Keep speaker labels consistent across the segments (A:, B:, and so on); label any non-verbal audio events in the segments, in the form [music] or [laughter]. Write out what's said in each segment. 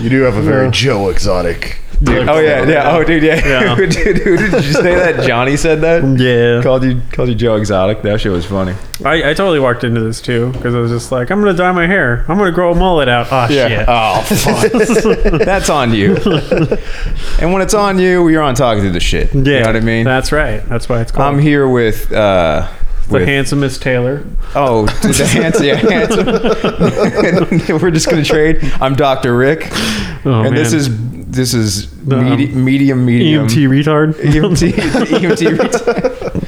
A: You do have a very Joe exotic.
B: oh yeah, yeah. Oh dude, yeah.
C: Yeah.
B: [laughs] dude, did you say that Johnny said that?
C: Yeah.
B: [laughs] Called you called you Joe Exotic. That shit was funny.
C: I, I totally walked into this too because I was just like, I'm gonna dye my hair. I'm gonna grow a mullet out. Oh shit.
B: [laughs] Oh, fuck. that's on you. and when it's on you, you're on talking through the shit.
C: yeah.
B: You know what I mean?
C: That's right. That's why it's called
B: I'm here with uh,
C: the
B: with
C: handsomest Taylor.
B: Oh, dude, the handsome, yeah,
C: [laughs]
B: handsome. [laughs] We're just gonna trade. I'm Doctor Rick,
C: Oh,
B: and this
C: man.
B: is this is
C: The, um,
B: medi- medium medium E
C: EMT retard. [laughs]
B: EMT EMT. ret-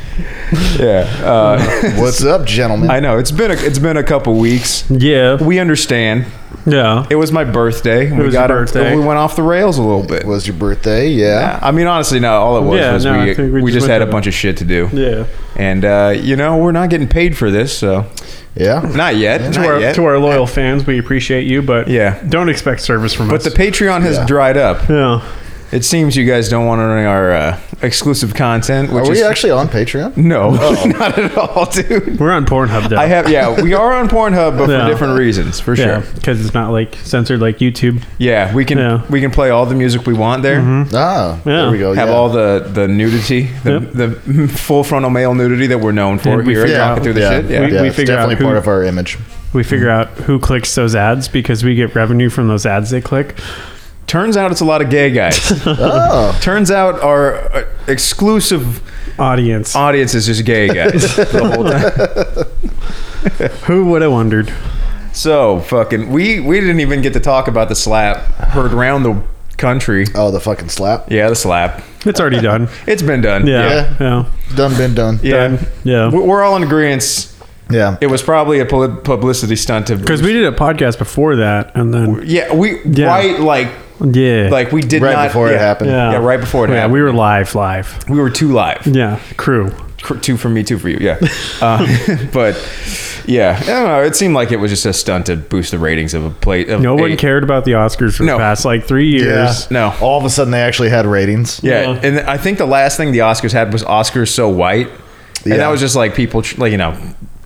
B: yeah, uh,
A: What's up, gentlemen?
B: I know. It's been a, it's been a couple weeks.
C: Yeah.
B: We understand.
C: Yeah.
B: It was my birthday. we
C: was
B: got
C: your
B: a-
C: birthday.
B: we went off the rails a little bit.
A: It was your birthday, yeah.
B: Yeah, I mean, honestly, no. All it was
C: Yeah,
B: was
C: no, I
B: we,
C: think
B: we,
C: we just
B: just
C: went
B: had a
C: to-
B: bunch of shit to do,
C: Yeah.
B: and uh, you know we're not getting paid for this, so
A: Yeah.
B: not yet. Not
C: To our,
B: yet.
C: to our loyal fans, we appreciate you, but
B: Yeah.
C: don't expect service from
B: but
C: us.
B: the Patreon has
A: Yeah.
B: dried up.
C: yeah.
B: It seems you guys don't want any of our uh, exclusive content. Which
A: Are we
B: is,
A: actually Oh. on Patreon?
B: No, [laughs] not at all, dude.
C: We're on Pornhub though.
B: I have yeah. We are on Pornhub, but
C: Yeah.
B: for different reasons, for
C: yeah,
B: sure.
C: because it's not like censored like YouTube.
B: Yeah, we can
C: Yeah. Mm-hmm.
B: we can play all the music we want there.
A: Ah, there we go.
B: Have
A: yeah.
B: all the, the nudity, the,
C: Yep.
B: the full frontal male nudity that we're known for
C: And we
B: here. at
C: figure
B: Talking
C: out-
B: through the
A: yeah.
B: shit.
A: Yeah,
B: Yeah.
C: We- we
A: it's
C: figure out
A: definitely
C: who-
A: part of our image.
C: We figure
B: Mm.
C: out who clicks those ads because we get revenue from those ads they click.
B: Turns out it's a lot of gay guys.
C: [laughs]
A: Oh,
B: Turns out our uh, exclusive
C: Audience,
B: audience is just gay guys
A: [laughs]
B: the whole time.
C: who would have wondered?
B: So fucking we we didn't even get to talk about the slap heard around the country.
A: oh, the fucking slap.
B: Yeah, the slap. [laughs]
C: It's already done.
B: It's been done.
C: Yeah, yeah, yeah.
A: Done, been done.
B: yeah.
C: Yeah.
B: We- We're all in agreement.
A: Yeah.
B: It was probably a pub- publicity stunt to
C: Because we did a podcast before that, and then
B: yeah we
C: Yeah.
B: right like
C: yeah,
B: like we did
A: right
B: not
A: before
B: yeah.
A: it happened.
C: yeah,
B: yeah, right before it
C: Yeah,
B: happened.
C: we were live, live.
B: We were too live.
C: Yeah, crew.
B: Cr- Two for me, two for you.
A: [laughs]
B: Yeah, uh, [laughs] but yeah, I don't know. It seemed like it was just a stunt to boost the ratings of a play. Of
C: No one
B: a-
C: cared about the Oscars for
B: No.
C: the past like three years.
B: No.
A: All of a sudden, they actually had ratings.
B: Yeah,
C: Yeah.
B: and I think the last thing the Oscars had was Oscars so white, and that
A: Yeah.
B: was just like people, tr- like you know,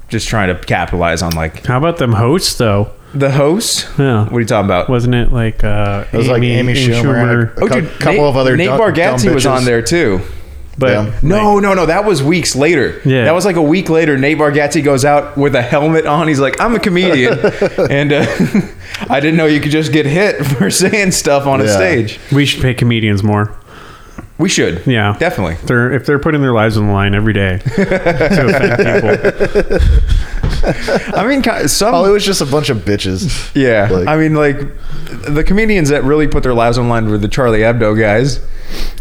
B: just trying to capitalize on like
C: How about them hosts though?
B: the host.
C: Yeah.
B: What are you talking about?
C: Wasn't it like uh,
A: It was like Amy Schumer. and A, a
B: oh,
A: cou-
B: dude,
A: couple
B: Nate,
A: of other
B: Nate
A: dumb-
B: Bargatze
A: dumb
B: was
A: bitches.
B: on there too.
C: But
A: Yeah.
B: No, no, no. That was weeks later.
C: Yeah.
B: That was like a week later. Nate Bargatze goes out with a helmet on. He's like, I'm a comedian. and uh, [laughs] I didn't know you could just get hit [laughs] for saying stuff on a
A: Yeah.
B: stage.
C: we should pay comedians more.
B: We should.
C: Yeah.
B: Definitely.
C: They're, if they're putting their lives on the line every day to offend people,
B: I mean, ki- some.
A: Oh, it was just a bunch of bitches.
B: Yeah,
A: Like-
B: I mean, like the comedians that really put their lives online were the Charlie Hebdo guys.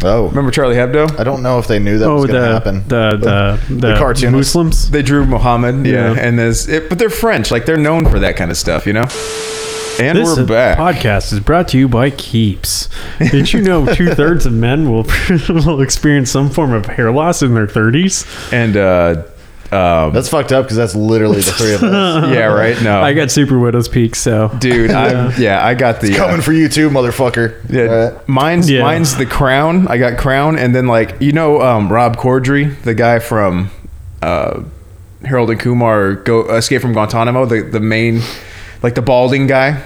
A: Oh,
B: Remember Charlie Hebdo?
A: I don't know if they knew that
C: oh,
A: was going to
C: the,
A: happen.
C: the the the,
A: cartoonist.
C: Muslims.
B: They drew Muhammad. Yeah,
C: Yeah.
B: and this, it, but they're French. Like they're known for that kind of stuff, you know. And
C: This
B: we're back.
C: podcast is brought to you by Keeps. Did
B: [laughs]
C: you know two thirds of men will, [laughs] will experience some form of hair loss in their thirties?
B: and uh, um,
A: that's fucked up because that's literally the three of us.
B: yeah, right. No,
C: I got super widow's peak, so
B: Oh.
C: [laughs]
B: dude. I'm, [laughs] yeah, I got the
A: Coming
B: uh,
A: for you too, motherfucker.
B: yeah,
A: All right.
B: mine's
C: Yeah.
B: mine's the crown. I got crown, and then like you know, um, Rob Corddry, the guy from uh, Harold and Kumar go escape from Guantanamo, the the main like the balding guy.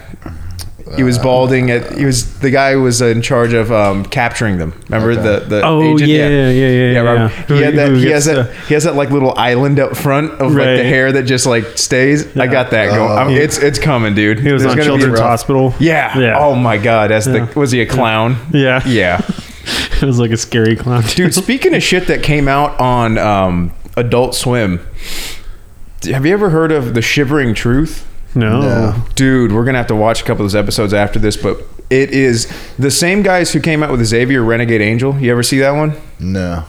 B: He was balding. At, he was the guy who was in charge of um, capturing them. Remember the the
C: Oh,
B: agent?
C: yeah, yeah, yeah, yeah,
B: Rob-
C: yeah.
B: He had that.
C: Who
B: He has
C: gets
B: that.
C: the-
B: He has that like little island up front of like the
C: Right.
B: hair that just like stays. I got that going. I'm- It's it's coming, dude.
C: he was
B: There's
C: on
B: gonna be-
C: Children's Hospital.
B: yeah.
C: yeah.
B: Oh my God. That's the. Was he a clown?
C: Yeah.
B: Yeah.
C: [laughs] it was like a scary clown. [laughs]
B: Dude, speaking of shit that came out on um, Adult Swim, d- have you ever heard of the Shivering Truth?
C: no.
A: No.
B: Dude, we're gonna have to watch a couple of those episodes after this, but it is the same guys who came out with Xavier Renegade Angel. You ever see that one?
A: No.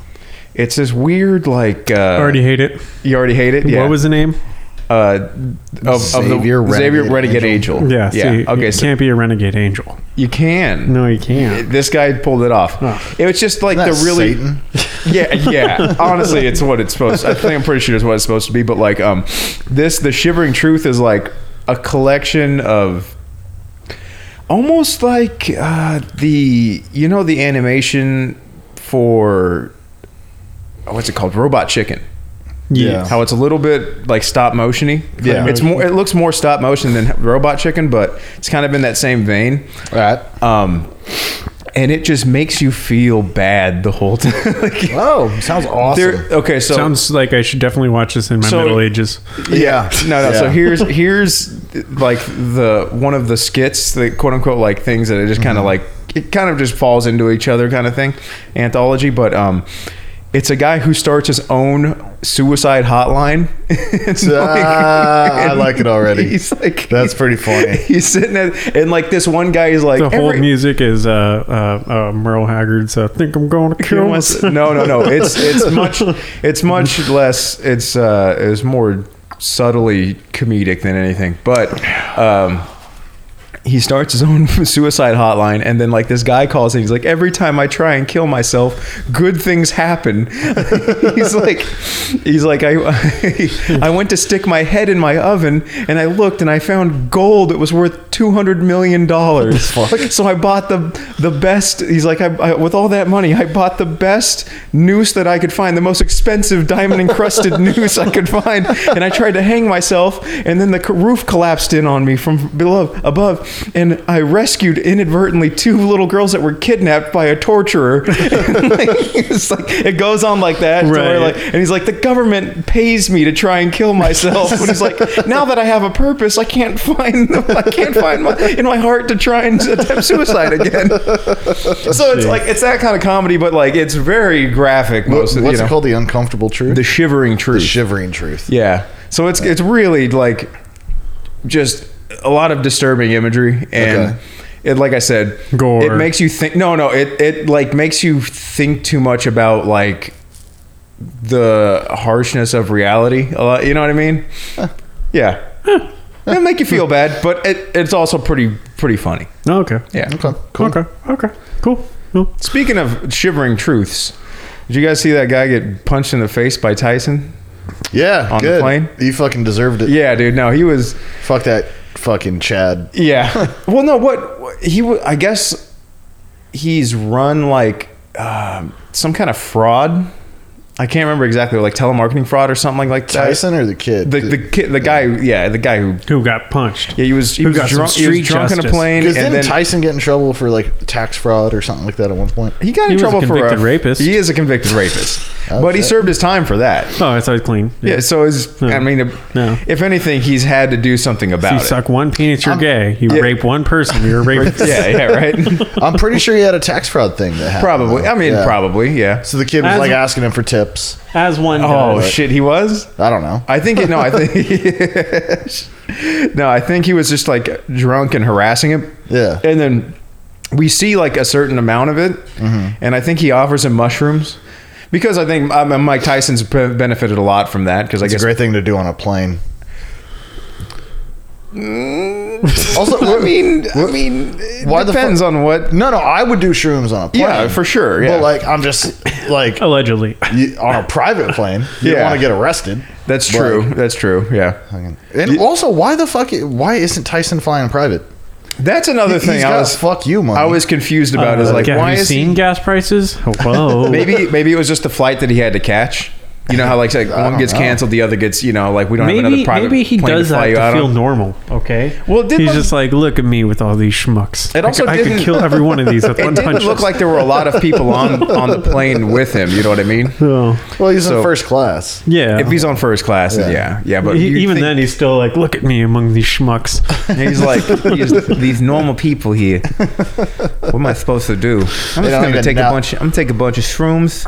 B: It's this weird, like uh,
C: I already hate it.
B: you already hate it. Yeah.
C: What was the name?
B: uh, of,
A: Xavier
B: of the, Xavier
A: Renegade
B: Renegade Angel?
A: Angel?
C: Yeah. See,
B: yeah. Okay,
C: You
B: so
C: can't be a renegade angel.
B: you can.
C: No, you can't.
B: This guy pulled it off.
C: Oh.
B: It was just like
A: Isn't
B: the
A: that
B: really
A: Satan?
B: Yeah, yeah. Honestly, it's what it's supposed. I think I'm pretty sure it's what it's supposed to be. But like, um, this the shivering truth is like a collection of almost like uh, the you know the animation for oh, what's it called Robot Chicken.
A: Yeah.
B: How it's a little bit like stop motiony.
A: Yeah.
B: It's more. It looks more stop motion than Robot Chicken, but it's kind of in that same vein.
A: All right.
B: Um, and it just makes you feel bad the whole [laughs] time. like,
A: Oh, sounds awesome.
B: there- okay, so
C: Sounds like I should definitely watch this in my
B: So-
C: middle ages.
A: Yeah.
B: no, no. So
A: Yeah.
B: here's
A: [laughs]
B: here's like the one of the skits, the quote unquote like things that it just
A: Mm-hmm.
B: kind of like it kind of just falls into each other kind of thing, anthology. But um, it's a guy who starts his own suicide hotline. [laughs] It's
A: Ah, I
B: and [laughs]
A: like it already.
B: He's like
A: That's pretty
B: [laughs]
A: funny.
B: He's sitting at and like this one guy is like
C: The whole
B: every-
C: music is uh, uh, uh, Merle Haggard's uh, "Think
B: [laughs]
C: I'm Gonna Kill Myself."
B: no, no, no. It's it's much it's much less. It's uh, it's more subtly comedic than anything. But um, he starts his own [laughs] suicide hotline, and then like this guy calls and he's like, every time I try and kill myself, good things happen. [laughs] he's like, he's like, I [laughs] I went to stick my head in my oven, and I looked and I found gold that was worth two hundred million dollars. so I bought the the best. He's like, I, I with all that money, I bought the best noose that I could find, the most expensive diamond encrusted [laughs] noose I could find, and I tried to hang myself, and then the c- roof collapsed in on me from below above, and I rescued inadvertently two little girls that were kidnapped by a torturer. [laughs] And, like, it's like it goes on like that, to where,
C: Right.
B: like, and he's like, the government pays me to try and kill myself. and he's like, now that I have a purpose, I can't find, I can't find my, in my heart to try and attempt suicide again. So it's like it's that kind of comedy, but like it's very graphic.
A: What-
B: Most
A: What's
B: of you know,
A: it called? The uncomfortable truth.
B: the shivering truth.
A: shivering truth.
B: yeah. So it's it's really like just a lot of disturbing imagery and.
A: Okay.
B: It, like I said,
C: Gore.
B: it makes you think. No, no, it, it like makes you think too much about like the harshness of reality. A lot, you know what I mean? Yeah, it make you feel bad, but it, it's also pretty pretty funny.
C: Oh, [laughs] okay.
B: Yeah.
A: Okay. Cool.
C: Okay. Okay. Cool. No.
B: Speaking of shivering truths, did you guys see that guy get punched in the face by Tyson?
A: Yeah.
B: On the
A: good.
B: plane?
A: You fucking deserved it.
B: Yeah, dude. No, he was.
A: Fuck that fucking Chad.
B: Yeah. well, no. What what- he? wa- I guess he's run like um some kind of fraud. I can't remember exactly, like telemarketing fraud or something like that.
A: Tyson or the kid?
B: the the kid, the guy, yeah, the guy who.
C: Who got punched?
B: Yeah, he was he
C: Who
B: was
C: got some
B: drunk, he was
C: street
B: drunk in a
C: justice.
B: plane, and
A: Because didn't
B: then
A: Tyson get in trouble for like tax fraud or something like that at one point?
B: he got in
C: He was a
B: trouble for
C: convicted rapist.
B: He is a convicted rapist, but he
A: shit.
B: served his time for that.
C: Oh, it's always clean.
B: Yeah, so is I mean, if,
C: No.
B: if anything, he's had to do something
C: You
B: about it.
C: suck one penis, you're gay. You rape one person,
B: [laughs]
C: you're a rapist.
B: Yeah, yeah, [laughs] right.
A: I'm pretty sure he had a tax fraud thing that happened.
B: probably.
A: though.
B: I mean,
A: Yeah.
B: probably. Yeah.
A: So the kid was
C: As
A: like
C: a-
A: asking him for tips.
C: As one
B: Oh
C: does.
B: shit, he was.
A: I don't know.
B: I think [laughs] no. I think no. I think he was just like drunk and harassing him.
A: Yeah.
B: And then we see like a certain amount of it,
A: Mm-hmm.
B: and I think he offers him mushrooms because I think I mean, Mike Tyson's b- benefited a lot from that because I
A: It's a
B: guess
A: great thing to do on a plane. also,
B: Mm.
A: I
B: [laughs] I mean, I mean, it
A: Why the fu-
B: depends on what.
A: no, no, I would do shrooms on a plane.
B: Yeah, for sure. Yeah, Oh.
A: But like, I'm just
B: [laughs]
A: like
C: Allegedly.
A: you, on a private plane. You
B: Yeah.
A: don't want to get arrested.
B: that's
A: but-
B: true. that's true. Yeah.
A: And also, why the fuck? Why isn't Tyson flying private?
B: That's another
A: He's
B: thing. I
A: got
B: was
A: fuck you money.
B: I was confused about is like
C: Uh, have
B: why
C: you
B: is
C: seen
B: he,
C: gas
B: [laughs]
C: prices? [laughs] Whoa.
B: maybe maybe it was just the flight that he had to catch. You know how like, like one
A: don't
B: gets
A: know.
B: canceled, the other gets you know like we don't have another
C: Maybe,
B: private
C: maybe he
B: plane
C: does
B: to fly
C: that
B: you
C: to
B: out
C: feel
B: on.
C: normal. Okay.
B: Well, it didn't
C: he's
B: look-
C: just like, look at me with all these schmucks.
B: It
C: I
B: also
C: could- I, could
B: didn't-
C: kill every one of
B: [laughs]
C: these with
B: It
C: one
B: didn't
C: punch.
B: look like there were a lot of people on on
C: [laughs]
B: the plane with him. You know what I mean?
C: Oh,
A: well, he's
B: so-
A: in first class.
C: yeah.
B: If he's on first class, then yeah,
A: Yeah.
B: yeah. but
C: He-
B: you'd
C: even
B: think-
C: then, he's still like, look at me among
B: [laughs]
C: these schmucks.
B: he's like he's these normal people here. What am I supposed to do? I'm
A: They
B: just
A: don't
B: gonna
A: even
B: take a
A: know.
B: bunch. I'm gonna take a bunch of shrooms,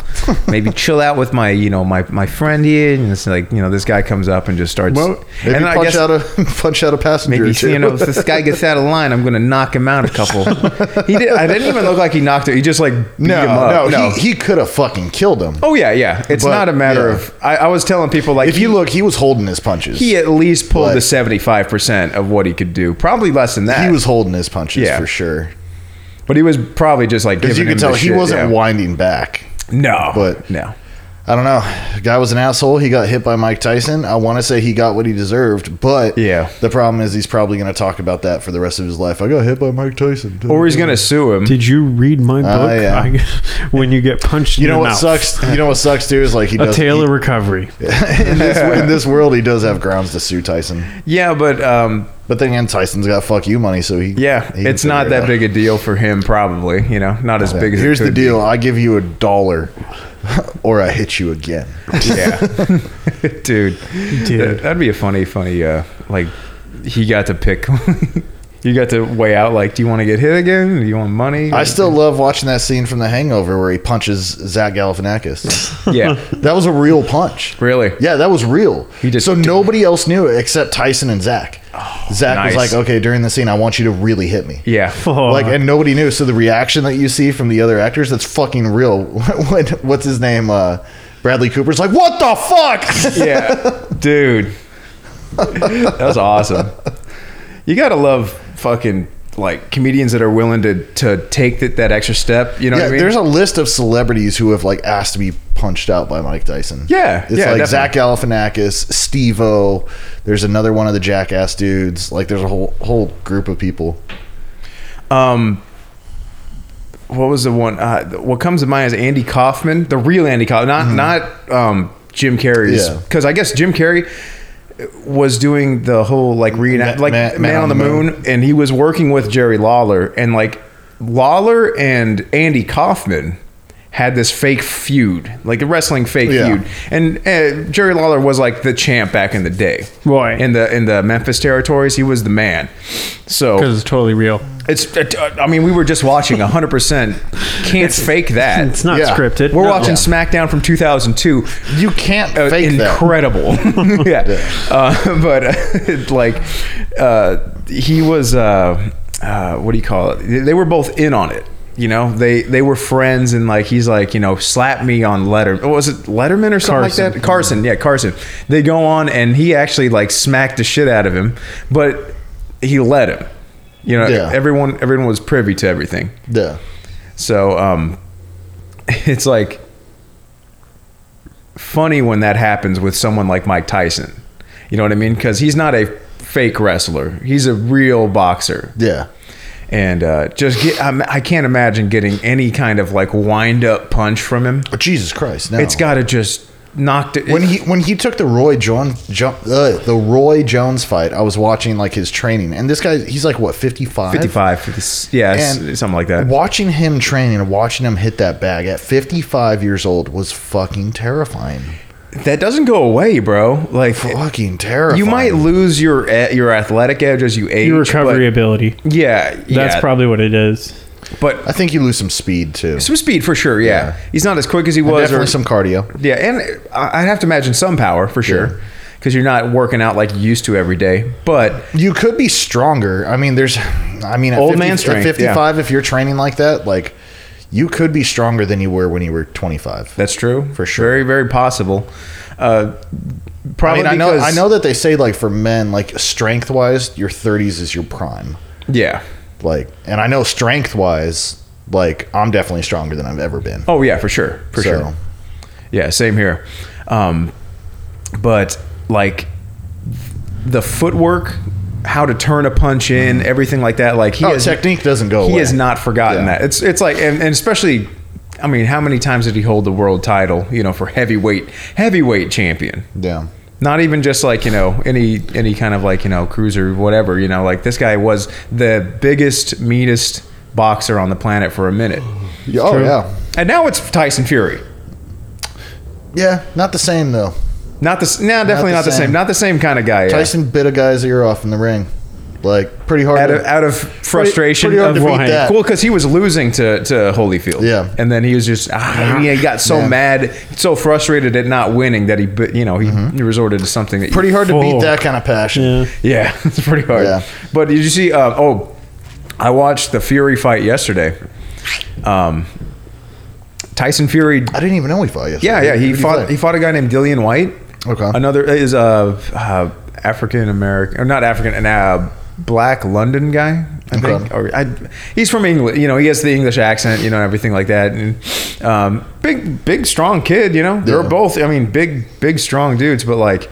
B: maybe chill out with my you know my my friend here, and it's like you know this guy comes up and just starts.
A: Maybe
B: and
A: punch out a [laughs] punch out a passenger.
B: Maybe
A: or two.
B: you know, if this guy gets out of line, I'm gonna knock him out a couple. he did. I didn't even look like he knocked it. He just like beat
A: [laughs] no,
B: him up.
A: no, he, he could have fucking killed him.
B: oh yeah, yeah. It's
A: But,
B: not a matter
A: yeah.
B: of. I, I was telling people like
A: if you look, he was holding his punches.
B: he at least pulled
A: But-
B: the 75 percent of what he could do. Probably less than that.
A: He was holding his punches
B: Yeah.
A: for sure.
B: but he was probably just like
A: Because
B: giving
A: you
B: him
A: could tell
B: the
A: he
B: shit,
A: wasn't
B: yeah.
A: winding back.
B: No,
A: but-
B: no.
A: I don't know. Guy was an asshole. He got hit by Mike Tyson. I want to say he got what he deserved, but
B: Yeah.
A: the problem is he's probably going to talk about that for the rest of his life. I got hit by Mike Tyson.
B: Or he's gonna sue him.
C: [laughs] Did you read my book?
A: Ah, yeah.
C: I- [laughs] when you get punched,
A: You
C: in
A: know
C: the
A: what
C: mouth.
A: sucks? You know what sucks too is like he
C: A
A: does.
C: tale
A: he-
C: of recovery.
A: in, this, in this world, he does have grounds to sue Tyson,
B: Yeah, but um,
A: but then again, Tyson's got fuck you money, so he
B: yeah,
A: he can
B: it's not
A: figure it
B: that
A: out.
B: big a deal for him. Probably, you know, not as big as. it
A: Here's the
B: could be.
A: deal: I give you a dollar, [laughs] or I hit you again.
B: [laughs]
A: [laughs]
B: Yeah, dude,
C: Dude.
B: that'd be a funny, funny. Uh, like he got to pick. [laughs] you got to weigh out. Like, do you want to get hit again? Do you want money?
A: I still love watching that scene from The Hangover where he punches Zach Galifianakis. [laughs]
B: yeah,
A: that was a real punch.
B: really.
A: Yeah, that was real.
B: He just- Oh,
A: so nobody else knew it except Tyson and Zach. Zach
B: nice. Uh-huh.
A: was like, "Okay, during the scene, I want you to really hit me."
B: Yeah,
C: Oh,
A: Like, and nobody knew. So the reaction that you see from the other actors, that's fucking real. [laughs] When, what's his name? Uh, Bradley Cooper's like, "What the
B: [laughs]
A: fuck?"
B: yeah, dude, that was awesome. You gotta love fucking like comedians that are willing to to take that that extra step. You know
A: [laughs] yeah,
B: what I mean?
A: there's a list of celebrities who have like asked to be punched out by Mike Tyson.
B: Yeah,
A: it's
B: yeah,
A: like
B: definitely.
A: Zach Galifianakis, Steve-O. There's another one of the jackass dudes. Like, there's a whole whole group of people.
B: um what was the one uh, what comes to mind is andy kaufman the real andy kaufman not not um jim carrey's
A: Yeah.
B: because i guess jim carrey uh, was doing the whole like reenact
A: Ma-
B: like
A: Ma-
B: man, on, the moon, and he was working with jerry lawler and like lawler and andy kaufman had this fake feud like a wrestling fake
A: Yeah.
B: feud and uh, jerry lawler was like the champ back in the day
C: Right.
B: in the in the memphis territories he was the man so
C: because it's totally real.
B: it's. uh, I mean, we were just watching 100. percent Can't fake that.
C: [laughs] It's not
A: Yeah.
C: scripted.
B: We're
C: No.
B: watching SmackDown from 2002.
A: You can't
B: Uh,
A: fake that.
B: incredible. [laughs]
A: [laughs]
B: yeah. Uh, but uh, [laughs] like, uh, he was. Uh, uh, what do you call it? They were both in on it. You know, they they were friends, and like he's like, you know, slap me on Letter. what Was it Letterman or something
C: Carson.
B: like that? Carson, yeah, Carson. They go on, and he actually like smacked the shit out of him, but he let him. You know,
A: Yeah.
B: everyone everyone was privy to everything.
A: Yeah.
B: So um, [laughs] it's like funny when that happens with someone like Mike Tyson. You know what I mean? Because he's not a fake wrestler; he's a real boxer.
A: Yeah.
B: And uh, just get, I'm, I can't imagine getting any kind of like wind up punch from him.
A: But Jesus Christ, no.
B: It's got to just knock it. [laughs]
A: when he when he took the Roy Jones jo- uh, the Roy Jones fight, I was watching like his training, and this guy he's like what 55?
B: 55, 50, yeah, s-
A: And
B: something like that.
A: Watching him train and watching him hit that bag at 55 years old was fucking terrifying.
B: That doesn't go away, bro. Like
A: Fucking terrifying.
B: you might lose your a- your athletic edge as you age.
C: your recovery
B: but-
C: ability.
B: yeah,
C: That's
B: yeah,
C: probably what it is.
B: But
A: I think you lose some speed too.
B: Some speed for sure, yeah.
A: Yeah.
B: He's not as quick as he was.
A: Definitely
B: Or,
A: some cardio.
B: yeah, and I- I'd have to imagine some power for sure. Because you're not working out like you used to every day. But
A: You could be stronger. I mean, there's, I mean, at
B: Old man strength,
A: at 55, if you're training like that, like you could be stronger than you were when you were 25.
B: that's true.
A: For sure.
B: Very, very possible. Uh,
A: I
B: probably
A: mean, I know, I
B: because-
A: know that they say like for men, like strength wise, your 30s is your prime.
B: Yeah.
A: Like, and I know strength wise, like I'm definitely stronger than I've ever been.
B: Oh, yeah, for sure. For
A: So-
B: sure. Yeah, same here. Um, but like the footwork, how to turn a punch in, everything like that. Like he
A: Mm-hmm. Oh,
B: has-
A: technique doesn't go
B: He
A: away.
B: has not forgotten
A: Yeah.
B: that. It's it's like and, and especially, I mean, how many times did he hold the world title? You know, for heavyweight heavyweight champion.
A: Yeah.
B: Not even just like you know any any kind of like you know cruiser whatever you know like this guy was the biggest meanest boxer on the planet for a minute,
A: Yeah, Oh,
C: True.
A: yeah.
B: and now it's Tyson Fury.
A: Yeah. Not the same though.
B: Not the no, definitely not the, same. Not the same kind of guy. yeah.
A: Tyson bit a guy's ear off in the ring. Like, pretty hard.
B: out
A: to-
B: of out of frustration
A: pretty hard
B: of
A: to beat
B: well,
A: that.
B: cool because he was losing to to Holyfield.
A: Yeah.
B: and then he was just ah, he got so
A: Man.
B: mad, so frustrated at not winning that he bit- you know he resorted to something that
A: pretty hard to beat
C: Full.
A: that kind of passion.
C: Yeah.
B: yeah, [laughs] it's pretty hard.
A: Yeah.
B: But did you see? Uh, oh, I watched the Fury fight yesterday. Um, Tyson Fury.
A: I didn't even know he fought yesterday.
B: Yeah, yeah, he
A: Who'd
B: fought.
A: play?
B: He fought a guy named Dillian White.
A: Okay.
B: Another is a uh, uh, African American or not African, an uh, black uh, London guy. I think,
A: Okay.
B: or I, he's from England. You know, he has the English accent, you know, and everything like that. And um, big, big, strong kid. You know, they're
A: Yeah.
B: both. I mean, big, big, strong dudes. But like,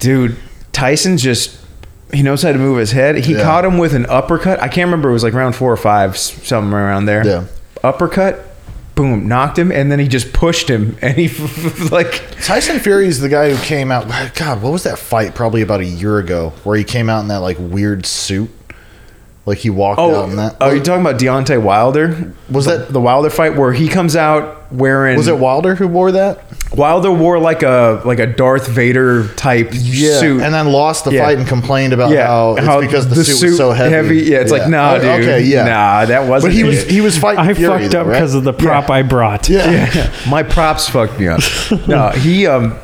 B: dude, Tyson just he knows how to move his head. He
A: Yeah.
B: caught him with an uppercut. I can't remember. It was like round four or five, s- somewhere around there.
A: Yeah.
B: uppercut. Boom! Knocked him, and then he just pushed him, [laughs] and he like
A: Tyson Fury is the guy who came out. God, what was that fight? Probably about a year ago, where he came out in that like weird suit, like he walked out in that.
B: Oh, you're talking about Deontay Wilder?
A: Was
B: The-
A: that-
B: the Wilder fight where he comes out wearing?
A: was it Wilder who wore that?
B: Wilder wore like a like a Darth Vader type suit? [laughs]
A: and then lost the
B: Yeah.
A: fight and complained about
B: Yeah,
A: how it's
B: how
A: because the,
B: the
A: suit,
B: suit
A: was so heavy.
B: heavy- yeah, it's like, nah,
A: Oh,
B: dude.
A: Okay, yeah,
B: Nah, that wasn't
A: But he
B: it.
A: was he was fighting.
C: I
A: Fury,
C: fucked
A: though,
C: up
A: right?
C: because of the prop I brought.
A: yeah.
B: My props fucked
A: [laughs]
B: me up. no, he um,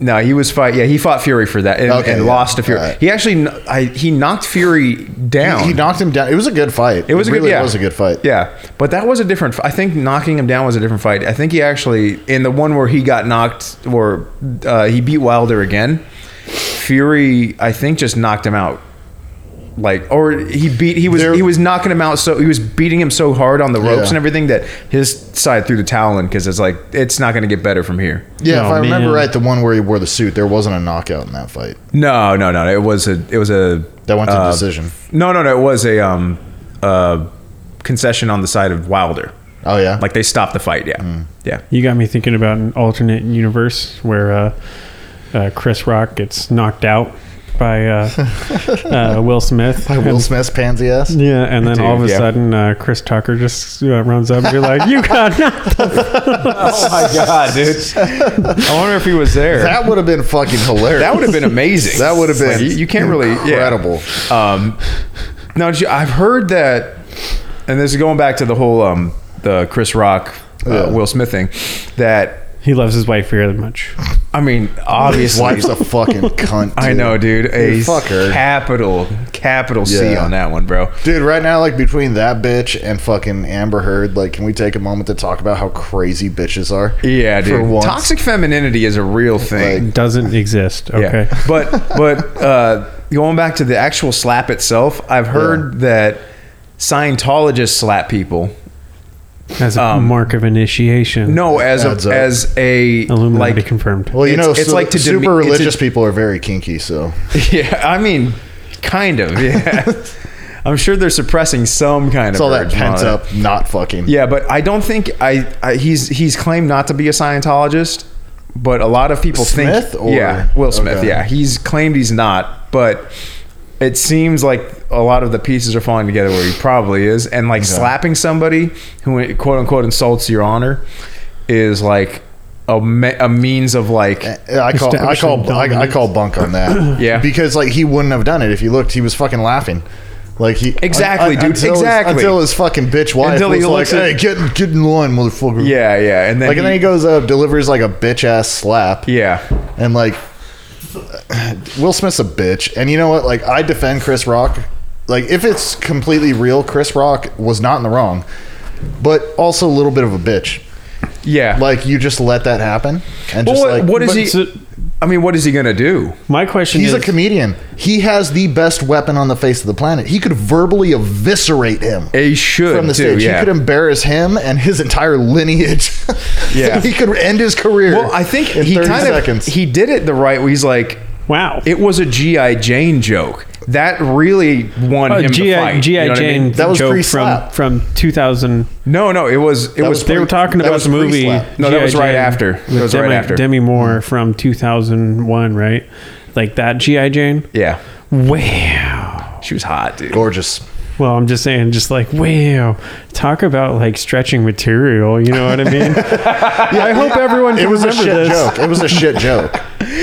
B: no, he was fight. Yeah, he fought Fury for that and,
A: Okay,
B: and
A: yeah.
B: lost to Fury.
A: All right.
B: He actually, kn- I, he knocked Fury down.
A: He, he knocked him down. It was a good fight.
B: It was a
A: really
B: good, yeah.
A: was a good fight.
B: Yeah, but that was a different. I think knocking him down was a different fight. I think he actually in the one where he got knocked, or uh, he beat Wilder again. Fury, I think, just knocked him out. Like, or he beat. He was
A: There-
B: he was knocking him out. So he was beating him so hard on the ropes
A: Yeah.
B: and everything that his side threw the towel in because it's like it's not going to get better from here.
A: Yeah, if
C: Oh,
A: I remember
C: man.
A: right, the one where he wore the suit, there wasn't a knockout in that fight.
B: No, no, no. It was a it was a
A: That went to
B: uh,
A: decision.
B: No, no, no. It was a um uh concession on the side of Wilder.
A: Oh yeah,
B: Like they stopped the fight. Yeah,
A: Mm.
B: yeah.
C: You got me thinking about an alternate universe where uh, uh, Chris Rock gets knocked out
A: [laughs]
C: by uh, uh, Will Smith.
A: By [laughs] Will Smith's pansy ass.
C: Yeah, and then
B: Dude,
C: all of a
B: yeah.
C: sudden, uh, Chris Tucker just uh, runs up and be like, "You got [laughs] knocked."
B: [laughs] Oh my god, dude! I wonder if he was there. That,
A: That would have been fucking hilarious.
B: would have been amazing.
A: That would have been
B: Like, you, you can't really
A: incredible.
B: Yeah. Um, now did you- I've heard that, and this is going back to the whole um, the Chris Rock, uh,
A: Yeah.
B: Will Smith thing. That
C: He loves his wife very much.
B: I mean,
A: His
B: obviously,
A: wife's a fucking cunt.
B: I
A: dude.
B: know, dude. A
A: Dude, fuck her.
B: capital capital C
A: Yeah.
B: on that one, bro.
A: Dude, right now, like between that bitch and fucking Amber Heard, like, can we take a moment to talk about how crazy bitches are?
B: Yeah,
A: For
B: dude.
A: once.
B: Toxic femininity is a real thing.
A: Like,
C: Doesn't exist. Okay.
B: Yeah. [laughs] But but uh, going back to the actual slap itself, I've heard that Scientologists slap people.
C: As a
B: Um,
C: mark of initiation.
B: No, as a
A: Adds up.
B: as a
C: Illuminati
B: like
C: confirmed.
A: Well, you
B: It's-
A: know,
B: it's
A: it's
B: like
A: like
B: to
A: super
B: deme- it's
A: religious
B: a-
A: people are very kinky, so
B: [laughs] yeah. I mean, kind of.
A: [laughs]
B: Yeah. I'm sure they're suppressing some kind
A: it's
B: of
A: all that
B: urge, Mona.
A: pent up not fucking.
B: Yeah, but I don't think I, I he's he's claimed not to be a Scientologist, but a lot of people
A: Smith
B: think
A: or-
B: yeah, Will Smith.
A: okay.
B: Yeah, he's claimed he's not, but it seems like a lot of the pieces are falling together where he probably is, and like slapping somebody who quote unquote insults your honor is like a me- a means of like
A: Uh, I call I call
C: Establishing
A: I, I call bunk on
B: [clears throat]
A: that.
B: Yeah.
A: because like he wouldn't have done it if he looked. He was fucking laughing. Like he
B: Exactly, dude,
A: Until his-
B: exactly.
A: until his fucking bitch wife
B: Until
A: was
B: he
A: like,
B: looks at-
A: "Hey, get get in line, motherfucker."
B: yeah yeah, and then
A: like and then he goes up, delivers like a bitch ass slap.
B: yeah
A: and like [sighs] Will Smith's a bitch. And you know what? Like I defend Chris Rock. Like if it's completely real, Chris Rock was not in the wrong, but also a little bit of a bitch.
B: yeah
A: Like you just let that happen, and
B: Well,
A: just
B: what,
A: like
B: what is
C: but
B: he?
C: so-
B: I mean, what is he gonna do?
C: My question
A: He's
C: is
A: a comedian. He has the best weapon on the face of the planet. He could verbally eviscerate him
B: He should
A: from the
B: too,
A: stage.
B: Yeah.
A: He could embarrass him and his entire lineage. [laughs]
B: Yeah.
A: he could end his career.
B: Well, I think
A: in
B: he
A: 30
B: kind
A: seconds.
B: of he did it the right way. He's like,
C: wow.
B: it was a GI Jane joke that really won
C: Uh,
B: him
C: GI
B: the fight.
C: GI
B: You know what I
C: Jane
B: mean?
A: That was
C: joke from
A: pre-slap.
C: from 2000.
B: No, no, it was it was.
A: That was
C: They were
A: Pre-
C: talking
A: that
C: about
A: was
C: the movie.
A: pre-slap.
B: No, that
C: G.I.
B: was right
C: Jane
B: after. That
C: with
B: was right
C: Demi-
B: after.
C: Demi Moore from 2001, right? Like that GI Jane.
B: yeah,
C: Wow.
B: she was hot, dude.
A: gorgeous.
C: Well, I'm just saying, just like wow. Talk about like stretching material. You know what
B: [laughs]
C: I mean? I hope everyone can
A: it was a
C: remember
A: shit
C: this.
A: joke. It was a [laughs] shit joke.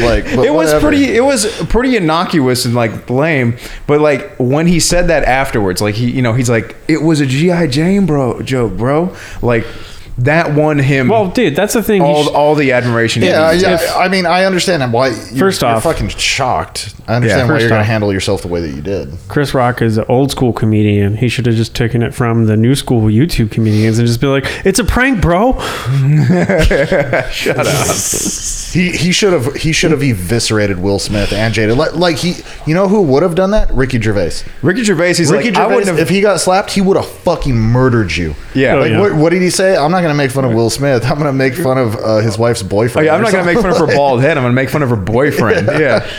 A: Like but
B: It was
A: whatever.
B: pretty. It was pretty innocuous and like lame. But like when he said that afterwards, like he, you know, he's like, it was a GI Jane, bro, joke, bro. Like that won him.
C: Well, dude, that's the thing. You
B: all
C: sh-
B: all the admiration. he
A: Yeah,
B: needed.
A: yeah.
C: If-
A: I mean, I understand why. You're,
C: First
A: you're
C: off-
A: fucking shocked. I understand
B: Yeah.
A: why
C: First
A: you're going
C: off-
A: to handle yourself the way that you did.
C: Chris Rock is an old school comedian. He should have just taken it from the new school YouTube comedians and just be like, "It's a prank, bro."
B: Shut up.
A: He he should have he should have eviscerated Will Smith and Jada. Like, like he, you know who would have done that? Ricky Gervais.
B: Ricky Gervais. He's
A: Ricky
B: like, I
A: Gervais,
B: wouldn't have.
A: if he got slapped, he would have fucking murdered you.
B: Yeah. Oh,
A: Like,
C: yeah.
A: What, what did he say? I'm not going to make fun of Will Smith. I'm going to make fun of uh, his wife's
B: Oh,
A: boyfriend.
B: yeah, I'm
A: or
B: not gonna make
A: something. [laughs]
B: fun of her bald head. I'm gonna make fun of her boyfriend. yeah.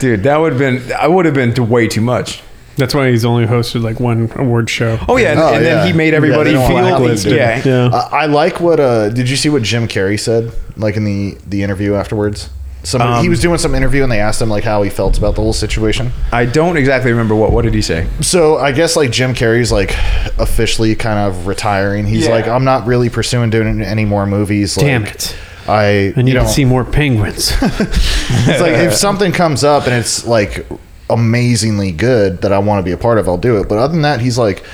B: dude, that would have been. I would have been to way too much.
C: That's why he's only hosted like one award show.
B: Oh yeah, and,
A: [laughs] Oh,
B: and
A: yeah.
B: then he made
A: Yeah,
B: everybody
A: they don't wanna
B: feel.
A: have
B: Like,
A: these, dude.
B: yeah.
C: Yeah.
A: I I like what. Uh, did you see what Jim Carrey said? Like in the the interview afterwards. Somebody,
C: Um,
A: he was doing some interview and they asked him like how he felt about the whole situation.
B: I don't exactly remember what. What did he say?
A: So I guess like Jim Carrey's like officially kind of retiring. He's
B: Yeah.
A: like, I'm not really pursuing doing any more movies. Like,
C: Damn it.
A: I
C: I need
A: you know
C: to see more penguins.
A: it's like if something comes up and it's like amazingly good that I want to be a part of, I'll do it. But other than that, he's like,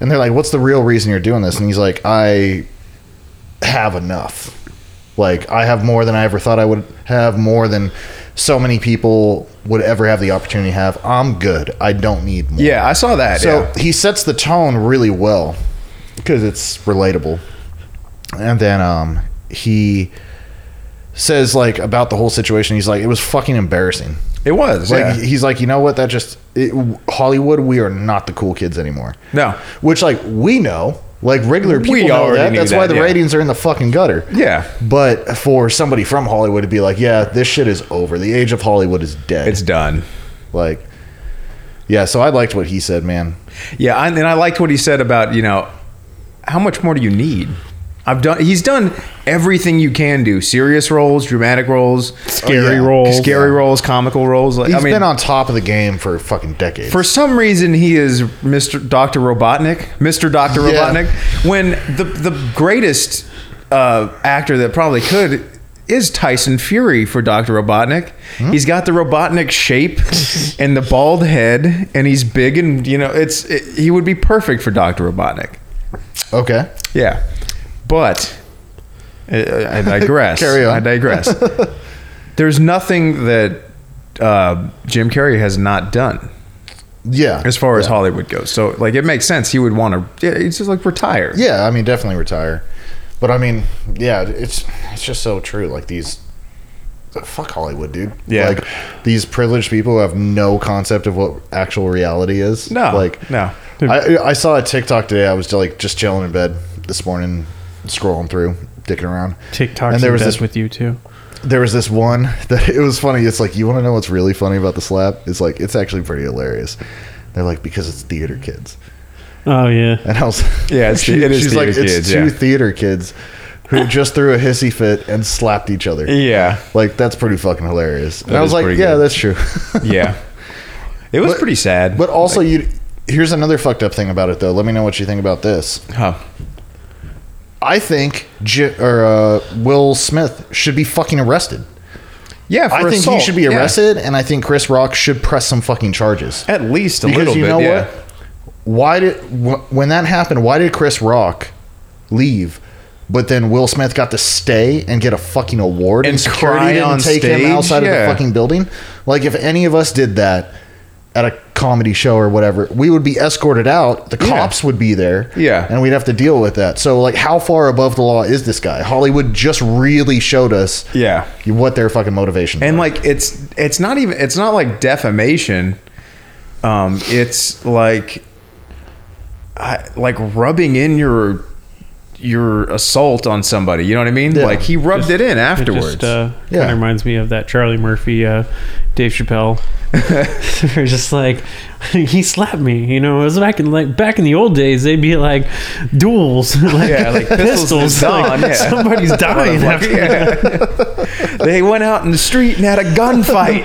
A: and they're like, what's the real reason you're doing this? And he's like, I have enough. Like I have more than I ever thought I would have, more than so many people would ever have the opportunity to have. I'm good. I don't need more.
B: Yeah, I saw that.
A: So
B: yeah.
A: he sets the tone really well because it's relatable. And then um, he says like about the whole situation. He's like, it was fucking embarrassing.
B: it was.
A: Like
B: yeah.
A: he's like, you know what? That just it, Hollywood. We are not the cool kids anymore.
B: No.
A: which like we know, like regular
B: We
A: people know
B: already
A: that.
B: knew
A: That's
B: that,
A: why the
B: yeah.
A: ratings are in the fucking gutter.
B: Yeah.
A: But for somebody from Hollywood to be like, yeah, this shit is over. The age of Hollywood is dead.
B: It's done.
A: like, yeah. So I liked what he said, man.
B: Yeah, I, and I liked what he said about you know how much more do you need. I've done. He's done everything you can do: serious roles, dramatic roles,
A: Scary
B: Oh, yeah.
A: roles.
B: scary roles, comical roles. Like
A: He's
B: I mean,
A: been on top of the game for fucking decades.
B: for some reason, he is Mr. Doctor Robotnik, Mr. Doctor
A: Yeah.
B: Robotnik. When the the greatest uh, actor that probably could is Tyson Fury for Doctor Robotnik.
A: Hmm?
B: He's got the Robotnik
A: [laughs]
B: shape and the bald head, and he's big, and you know, it's it, he would be perfect for Doctor Robotnik.
A: okay,
B: Yeah, but uh, I digress.
A: [laughs] Carry on.
B: I digress. There's nothing that uh, Jim Carrey has not done
A: yeah.
B: as far as
A: Yeah.
B: Hollywood goes. So like, it makes sense he would want to. It's just like retire.
A: yeah, I mean, definitely retire. But I mean, yeah, it's it's just so true. Like these, fuck Hollywood, dude.
B: Yeah.
A: like these privileged people who have no concept of what actual reality is.
B: No.
A: like
B: no.
A: I, I saw a TikTok today. I was like just chilling in bed this morning, scrolling through, dicking around.
C: TikTok's
A: And there
C: in
A: was
C: bed
A: this-
C: with you too.
A: there was this one [laughs] that it was funny. It's like you want to know what's really funny about the slap? It's like it's actually pretty hilarious. They're like because it's theater kids, [laughs]
C: Oh yeah.
A: and I was
B: Yeah, it's-
A: she-
B: it is
A: she's
B: theater
A: like it's
B: kids,
A: two
B: yeah.
A: theater kids
B: [laughs]
A: who just threw a hissy fit and slapped each other.
B: Yeah.
A: Like that's pretty fucking hilarious. And
B: That
A: I was
B: is
A: like,
B: pretty
A: yeah,
B: good.
A: that's true. [laughs]
B: Yeah. [laughs] It was pretty sad.
A: but also, you here's another fucked up thing about it though. Let me know what you think about this.
B: Huh.
A: I think J- or uh, Will Smith should be fucking arrested.
B: Yeah. For
A: I think
B: assault.
A: he should be
B: Yeah.
A: arrested, and I think Chris Rock should press some fucking charges.
B: at least a
A: because
B: little
A: you
B: bit.
A: know
B: yeah.
A: what? Why did wh- when that happened? Why did Chris Rock leave? But then Will Smith got to stay and get a fucking award
B: And
A: security
B: cry
A: didn't
B: on
A: take
B: stage?
A: him outside
B: Yeah.
A: of the fucking building. Like if any of us did that at a comedy show or whatever, we would be escorted out. The
B: Yeah.
A: cops would be there.
B: Yeah.
A: And we'd have to deal with that. So like how far above the law is this guy? Hollywood just really showed us
B: Yeah.
A: what their fucking motivation
B: and like it's it's not even it's not like defamation um it's like I, like rubbing in your your assault on somebody you know what i mean
A: Yeah.
B: like he rubbed it in
C: It
B: afterwards
C: just uh, kind
A: Yeah.
C: of reminds me of that Charlie Murphy, uh, Dave Chappelle. They're just like [laughs] he slapped me. You know, it was back in like back in the old days. They'd be like duels, [laughs] like,
B: Yeah, like pistols is
C: like,
B: on, yeah.
C: Somebody's dying.
B: [laughs]
C: after
B: Yeah. [laughs] they went out in the street and had a [laughs] gunfight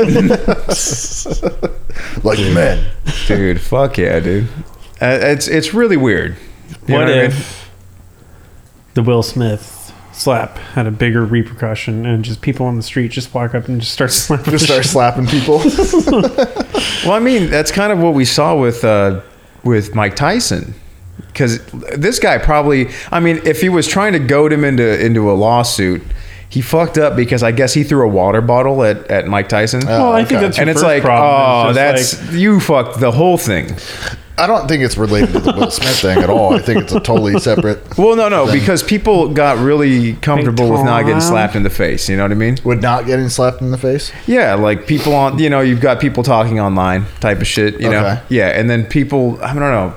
A: like men.
B: dude fuck yeah dude uh, it's it's really weird You know
C: what
B: I mean?
C: if the Will Smith slap had a bigger repercussion and just people on the street just walk up and just start [laughs] slapping?
A: Just
C: the
A: start
C: shit?
A: slapping people.
B: Well, I mean, that's kind of what we saw with uh, with Mike Tyson, because this guy probably. I mean, if he was trying to goad him into into a lawsuit, He fucked up because I guess he threw a water bottle at, at Mike Tyson.
C: well, I think
A: okay.
C: that's your
B: Oh, and it's
C: Uh, first
B: like,
C: problem.
B: oh,
C: It's just
B: that's you fucked the whole thing.
A: I don't think it's related to the Will Smith thing at all. I think it's a totally separate.
B: Well, no, no, because people got really comfortable with not getting
C: Tom.
B: slapped in the face. You know what I mean?
A: Would not getting slapped in the face.
B: Yeah, like people on, you know, you've got people talking online type of shit, you
A: Okay.
B: know? Yeah, and then people, I don't know.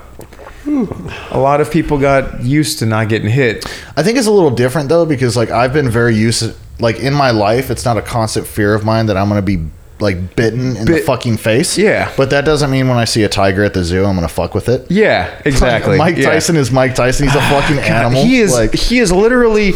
B: A lot of people got used to not getting hit.
A: I think it's a little different though because like I've been very used to, like in my life it's not a constant fear of mine that I'm going to be like bitten in the
B: Bit-
A: fucking face.
B: Yeah.
A: But that doesn't mean when I see a tiger at the zoo I'm going to fuck with it.
B: Yeah, exactly.
A: Mike
B: Yeah. Ah,
A: Tyson is Mike Tyson. He's a fucking animal.
B: He is
A: like
B: he is literally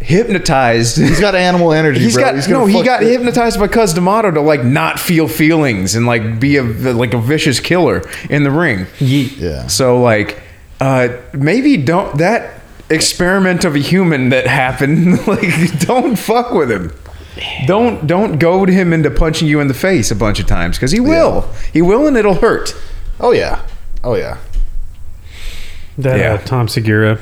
B: hypnotized. [laughs]
A: he's got animal energy,
B: He's
A: bro.
B: got
A: He's gonna
B: no. He
A: fuck
B: got
A: it.
B: hypnotized by Cuz D'Amato to like not feel feelings and like be a like a vicious killer in the ring.
C: Yeet.
A: Yeah.
B: So like, uh, maybe don't that experiment of a human that happened. [laughs] Like, don't fuck with him. Don't don't goad him into punching you in the face a bunch of times because he will. He will and it'll hurt.
A: Oh yeah. Oh yeah.
C: That
B: Yeah.
C: uh, Tom Segura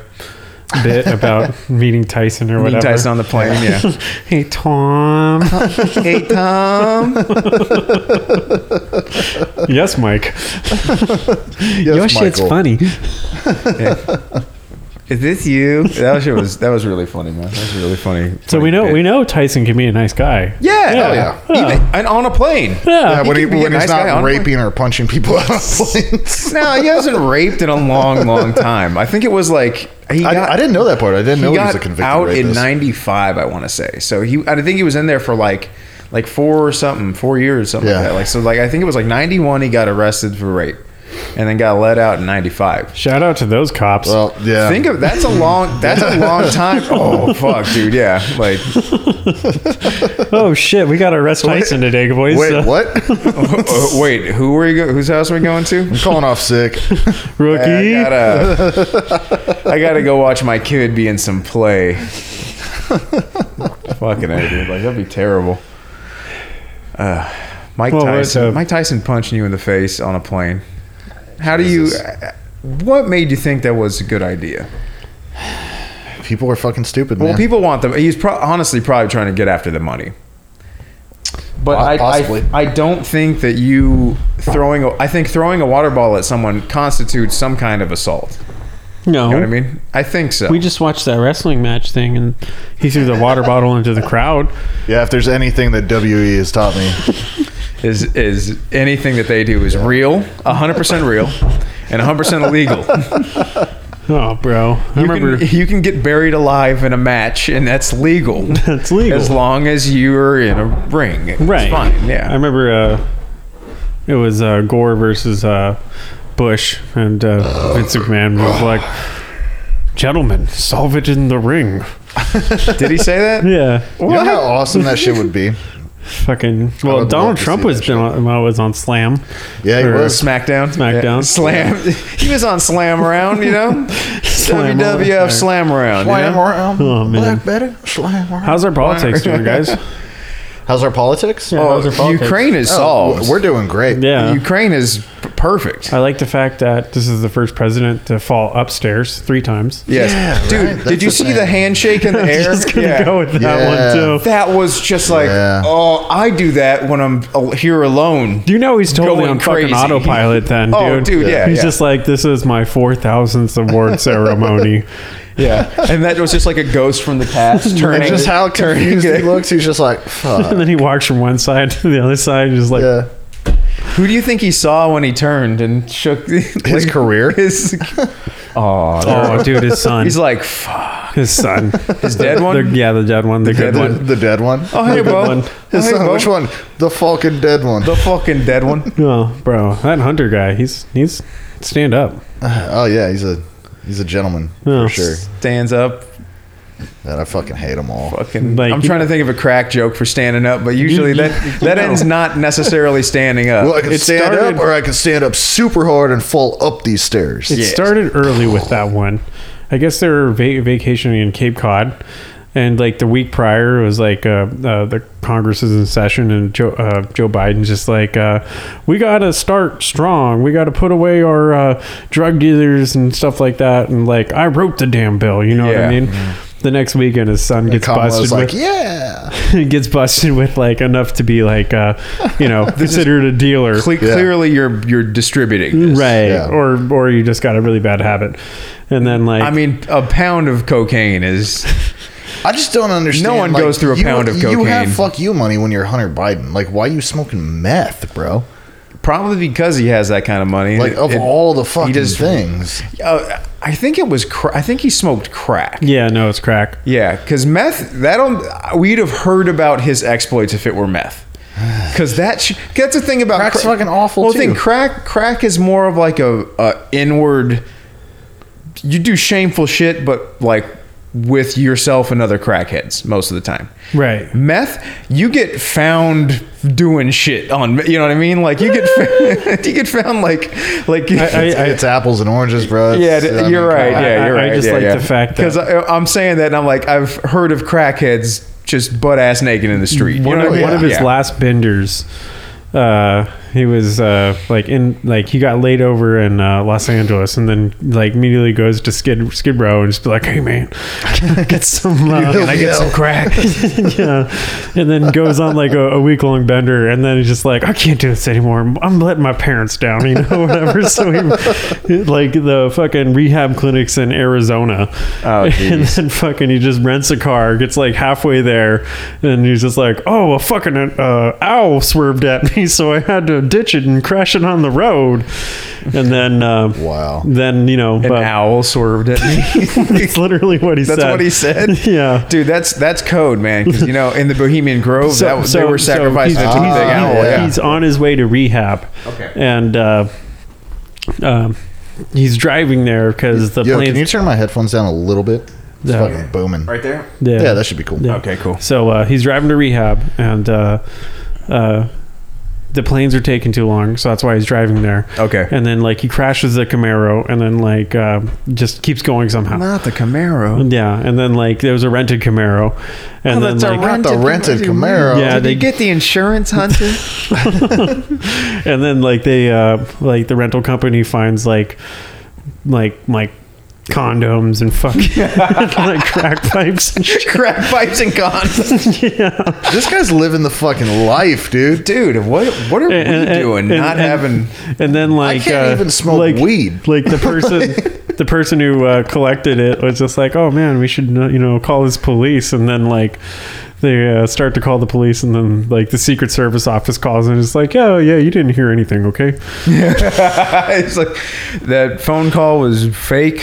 C: bit about meeting Tyson or
B: Meet
C: whatever.
B: Tyson on the plane. Yeah.
C: [laughs] hey
B: [laughs]
C: Tom.
B: hey Tom.
C: yes, Mike.
A: Yes,
C: Your shit's
A: Michael.
C: funny.
B: Is this you? That shit was that was really funny, man. That was really funny.
C: So we know we know Tyson can be a nice guy.
B: Yeah,
A: Hell yeah.
B: Even- and on a plane.
A: Yeah,
C: Yeah.
A: when,
B: could
A: he,
B: be a
A: when he's
B: nice guy
A: not
B: on one.
A: raping or punching people out of planes.
B: No, [laughs] he hasn't raped in a long, [laughs] long time. I think it was like he
A: I,
B: got.
A: I didn't know that part. I didn't
B: he
A: know he,
B: got
A: was a convicted
B: out in
A: rapist.
B: '95, I want to say. So he, I think he was in there for like, like four or something, four years, something
A: Yeah.
B: like that. Like so, like I think it was like '91. He got arrested for rape, and then got let out in '95.
C: Shout out to those cops.
A: well, yeah.
B: Think of that's a long, that's a long
A: [laughs]
B: time. Oh fuck, dude, yeah, like [laughs] uh,
C: oh shit, we got to arrest Tyson today, boys.
A: Wait,
C: Uh,
A: what?
B: [laughs] Uh, uh, wait, who were you? Go- whose house were we going to?
A: I'm calling
B: [laughs]
A: off sick.
C: Rookie.
B: I gotta, I gotta go watch my kid be in some play. Fucking A, dude. Like that'd be terrible. Uh, Mike
C: Well, what's
B: Tyson.
C: up?
B: Mike Tyson punching you in the face on a plane. How do you? What made you think that was a good idea?
A: People are fucking stupid, man.
B: Well, people want them. He's pro- honestly probably trying to get after the money. But
A: Po-
B: I,
A: possibly.
B: I, I don't think that you throwing. A, I think throwing a water ball at someone constitutes some kind of assault.
C: no.
B: You know what I mean? I think so.
C: We just watched that wrestling match thing, and he threw the water bottle into the crowd.
A: yeah, if there's anything that WE has taught me,
B: is is anything that they do is real, hundred percent real, and hundred percent
C: [laughs]
B: illegal.
C: Oh, bro, I
B: You
C: remember
B: can, you can get buried alive in a match, and that's
C: [laughs]
B: legal.
C: it's legal.
B: As long as you're in a ring, it's
C: right?
B: fine. Yeah,
C: I remember uh, it was uh, Gore versus uh, Bush, and uh, Vince McMahon was like, "Gentlemen, solve it in the ring."
B: did he say that?
C: [laughs] Yeah,
A: you know how awesome that shit would be.
C: fucking.
A: I
C: Well,
A: would love
C: Donald
A: to
C: Trump
A: see
C: was
A: that
C: been on, well, was on Slam.
A: Yeah, he
C: Or
A: was.
B: SmackDown,
C: Smackdown.
B: Yeah. Slam. [laughs] he was on Slam Round, you know,
C: [laughs] Slam
B: WWF
C: Round.
B: Slam Round. you know?
A: around,
C: Oh, man. Black
A: Betty. Slam around.
C: How's our politics doing, guys?
A: How's our politics?
C: Yeah. Those are
B: Oh,
C: politics.
B: Ukraine is
A: Oh,
B: solved.
A: we're doing great.
C: Yeah. Uh,
B: Ukraine is p- perfect.
C: I like the fact that this is the first president to fall upstairs three times.
B: Yes,
A: Yeah,
B: dude.
A: right.
B: Did
A: That's
B: you
A: the
B: see
A: thing.
B: the handshake
C: [laughs]
B: in the air?
C: Just gonna go with that
A: Yeah.
C: one too.
B: That was just like,
A: Yeah.
B: oh, I do that when I'm al- here alone.
C: You know he's totally
B: Going
C: on fucking
B: crazy.
C: autopilot then, dude.
B: Oh, dude, yeah,
C: He's
B: yeah.
C: just like, this is my four thousandth
B: [laughs]
C: award ceremony.
B: Yeah, [laughs] and that was just like a ghost from the past turning.
A: And just how confused
B: [laughs]
A: he
B: turning-
A: looks, he's just like,
B: Uh. [laughs]
C: [laughs] and
A: fuck.
C: then he walks from one side to the other side, and just like,
A: Yeah.
B: Who do you think he saw when he turned and shook
A: His
B: [laughs]
A: career?
C: [laughs]
B: His, oh,
C: oh,
B: [laughs]
C: dude, his son,
B: he's like, fuck,
C: his son,
B: [laughs] his dead
C: The-
B: one.
C: yeah, the dead one, the, good
A: The,
C: one.
A: the dead one.
B: Oh, hey,
C: The good
B: bro.
C: one.
B: Oh,
A: His
B: hey,
A: son,
B: bro.
A: which one? The fucking dead one.
B: The fucking dead one.
C: Oh, bro, that Hunter guy, he's he's stand up.
A: oh yeah, he's a he's a gentleman
C: Oh.
A: for sure.
B: Stands up.
A: Man, I fucking hate them all.
B: Fucking.
C: Like,
B: I'm
C: you-
B: trying to think of a crack joke for standing up, but usually
C: you-
B: that that ends not necessarily standing up.
A: Well, I can
C: It
A: stand
C: started-
A: up, or I can stand up super hard and fall up these stairs.
C: It
B: Yes.
C: started early with that one. I guess they were va- vacationing in Cape Cod, and like the week prior it was like uh, uh, the Congress is in session, and Joe, uh, Joe Biden's just like, uh, "We got to start strong. We got to put away our uh, drug dealers and stuff like that." And like, I wrote the damn bill. You know what
B: Yeah.
C: I
A: Mm-hmm.
C: mean? the next weekend his son gets
A: Kamala's
C: busted
A: like,
C: with [laughs]
A: yeah.
C: gets busted with like enough to be like uh you
A: [laughs]
C: know considered a dealer
B: Cle- Clearly, you're you're distributing. This.
C: right
A: Yeah.
C: or or you just got a really bad habit and then like
B: I mean, a pound of cocaine is
A: I just don't understand.
B: No one goes through a
A: you-
B: pound of
A: You have
B: cocaine.
A: fuck you money when you're Hunter Biden. Like, why you smoking meth, bro?
B: probably because he has that kind of money.
A: Like, of
B: It-
A: all the fucking
B: just-
A: things.
B: uh, I think it was. Cra- I think he smoked crack.
C: yeah no it's crack
B: Yeah, because meth. That don't. We'd have heard about his exploits if it were meth. Because that sh- that's the thing about
A: Crack's fucking awful,
B: Well, the thing
A: too.
B: crack crack is more of like a, a inward. You do shameful shit, but like with yourself and other crackheads most of the time.
C: Right.
B: Meth, you get found doing shit on. You know what I mean? Like
A: [laughs]
B: you get found, [laughs] you get found like like
C: I- I-
A: it's apples and oranges, bro. It's-
B: yeah,
A: I
B: th-
A: mean,
B: you're
A: come
B: right.
A: on.
B: Yeah, you're
C: I- I
B: right.
C: just
B: yeah,
C: like
B: yeah.
C: the fact that-
B: because I'm saying that, and I'm like, I've heard of crackheads just butt ass naked in the street. You
C: one,
B: know
C: of,
B: what I
C: one
B: mean?
C: of his
B: Yeah.
C: last benders uh he was uh like in like he got laid over in uh los angeles and then like immediately goes to skid skid row and just be like hey man [laughs] get some uh,
A: Can I get some
C: crack [laughs] yeah and then goes on like a, a week-long bender and then he's just like i can't do this anymore i'm letting my parents down you know [laughs] whatever so he, like the fucking rehab clinics in arizona
B: Oh,
C: [laughs] and
B: geez.
C: then fucking he just rents a car, gets like halfway there, and he's just like, "Oh, a fucking uh, owl swerved at me, [laughs] so I had to ditch it and crash it on the road." And then, uh,
A: Wow.
C: Then you know,
B: An owl swerved at
C: [laughs]
B: me. [laughs]
C: that's literally what he
B: That's
C: said.
B: what he said.
C: [laughs] Yeah.
B: dude, that's that's code, man. 'Cause, you know, in the Bohemian Grove, that was they were
C: so
B: sacrificing
C: he's,
B: a
A: Ah,
B: big
C: he's-
B: owl.
C: he's-
B: Yeah.
C: he's on his way to rehab.
B: Okay.
C: And uh, um, he's driving there because the
A: Yo,
C: plane's
A: can you turn my headphones down a little bit? It's
C: Yeah.
A: fucking booming.
B: there.
A: Yeah. that should be cool.
C: Yeah.
B: Okay, cool.
C: So uh, he's driving to rehab, and uh, uh, the planes are taking too long, so that's why he's driving there.
B: Okay.
C: And then like he crashes the Camaro, and then like uh, just keeps going somehow.
B: Not the Camaro.
C: Yeah, and then like there was a rented Camaro, and then
B: Oh, that's a
C: like
A: Not the rented
B: rented
A: Camaro.
C: Yeah,
B: Did
C: they-
B: you get the insurance,
C: [laughs]
B: Hunter?
C: and then like they uh, like the rental company finds like like like condoms and fucking [laughs] like crack pipes and shit.
B: Crack pipes and guns,
A: This guy's living the fucking life, dude.
B: dude. What what are we doing? Not having.
C: and then like uh,
A: can't even smoke
C: like-
A: weed.
C: like the person
B: [laughs]
C: the person who uh, collected it was just like oh man we should uh, you know call this police and then like they uh, start to call the police and then like the secret service office calls and it's like oh yeah you didn't hear anything okay
B: [laughs] it's like that phone call was
C: [laughs]
B: fake.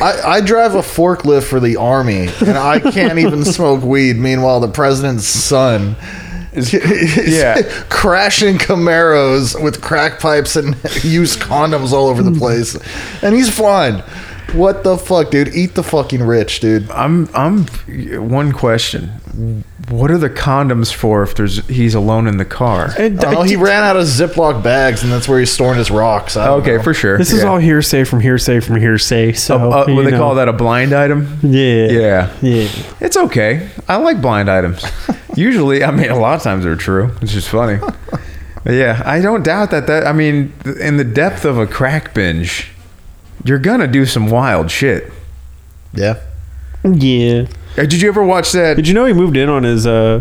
A: I, I drive a forklift for the army, and I
B: [laughs]
A: can't even smoke weed. Meanwhile, the president's son [laughs] is
B: yeah.
A: crashing Camaros with crack pipes and used condoms all over
B: Mm.
A: the place, and he's fine. What the fuck, dude? Eat the fucking rich, dude.
B: I'm I'm one question. What are the condoms for if there's he's alone in the car?
C: And
A: I don't know, Oh, he ran out of Ziploc bags, and that's where he's storing his rocks. I don't
B: Okay,
A: know.
B: for sure.
C: this is
B: Yeah.
C: all hearsay from hearsay from hearsay so
B: Uh, what
C: you
B: they
C: know.
B: call that a blind item?
C: yeah
B: Yeah.
C: yeah
B: It's okay. I like blind
C: [laughs]
B: items. Usually, I mean, a lot of times they're true. It's just funny. But yeah, I don't doubt that. That I mean, th- in the depth of a crack binge, you're gonna do some wild shit.
A: Yeah.
C: yeah
B: Uh, Did you ever watch that?
C: did you know he moved in on his uh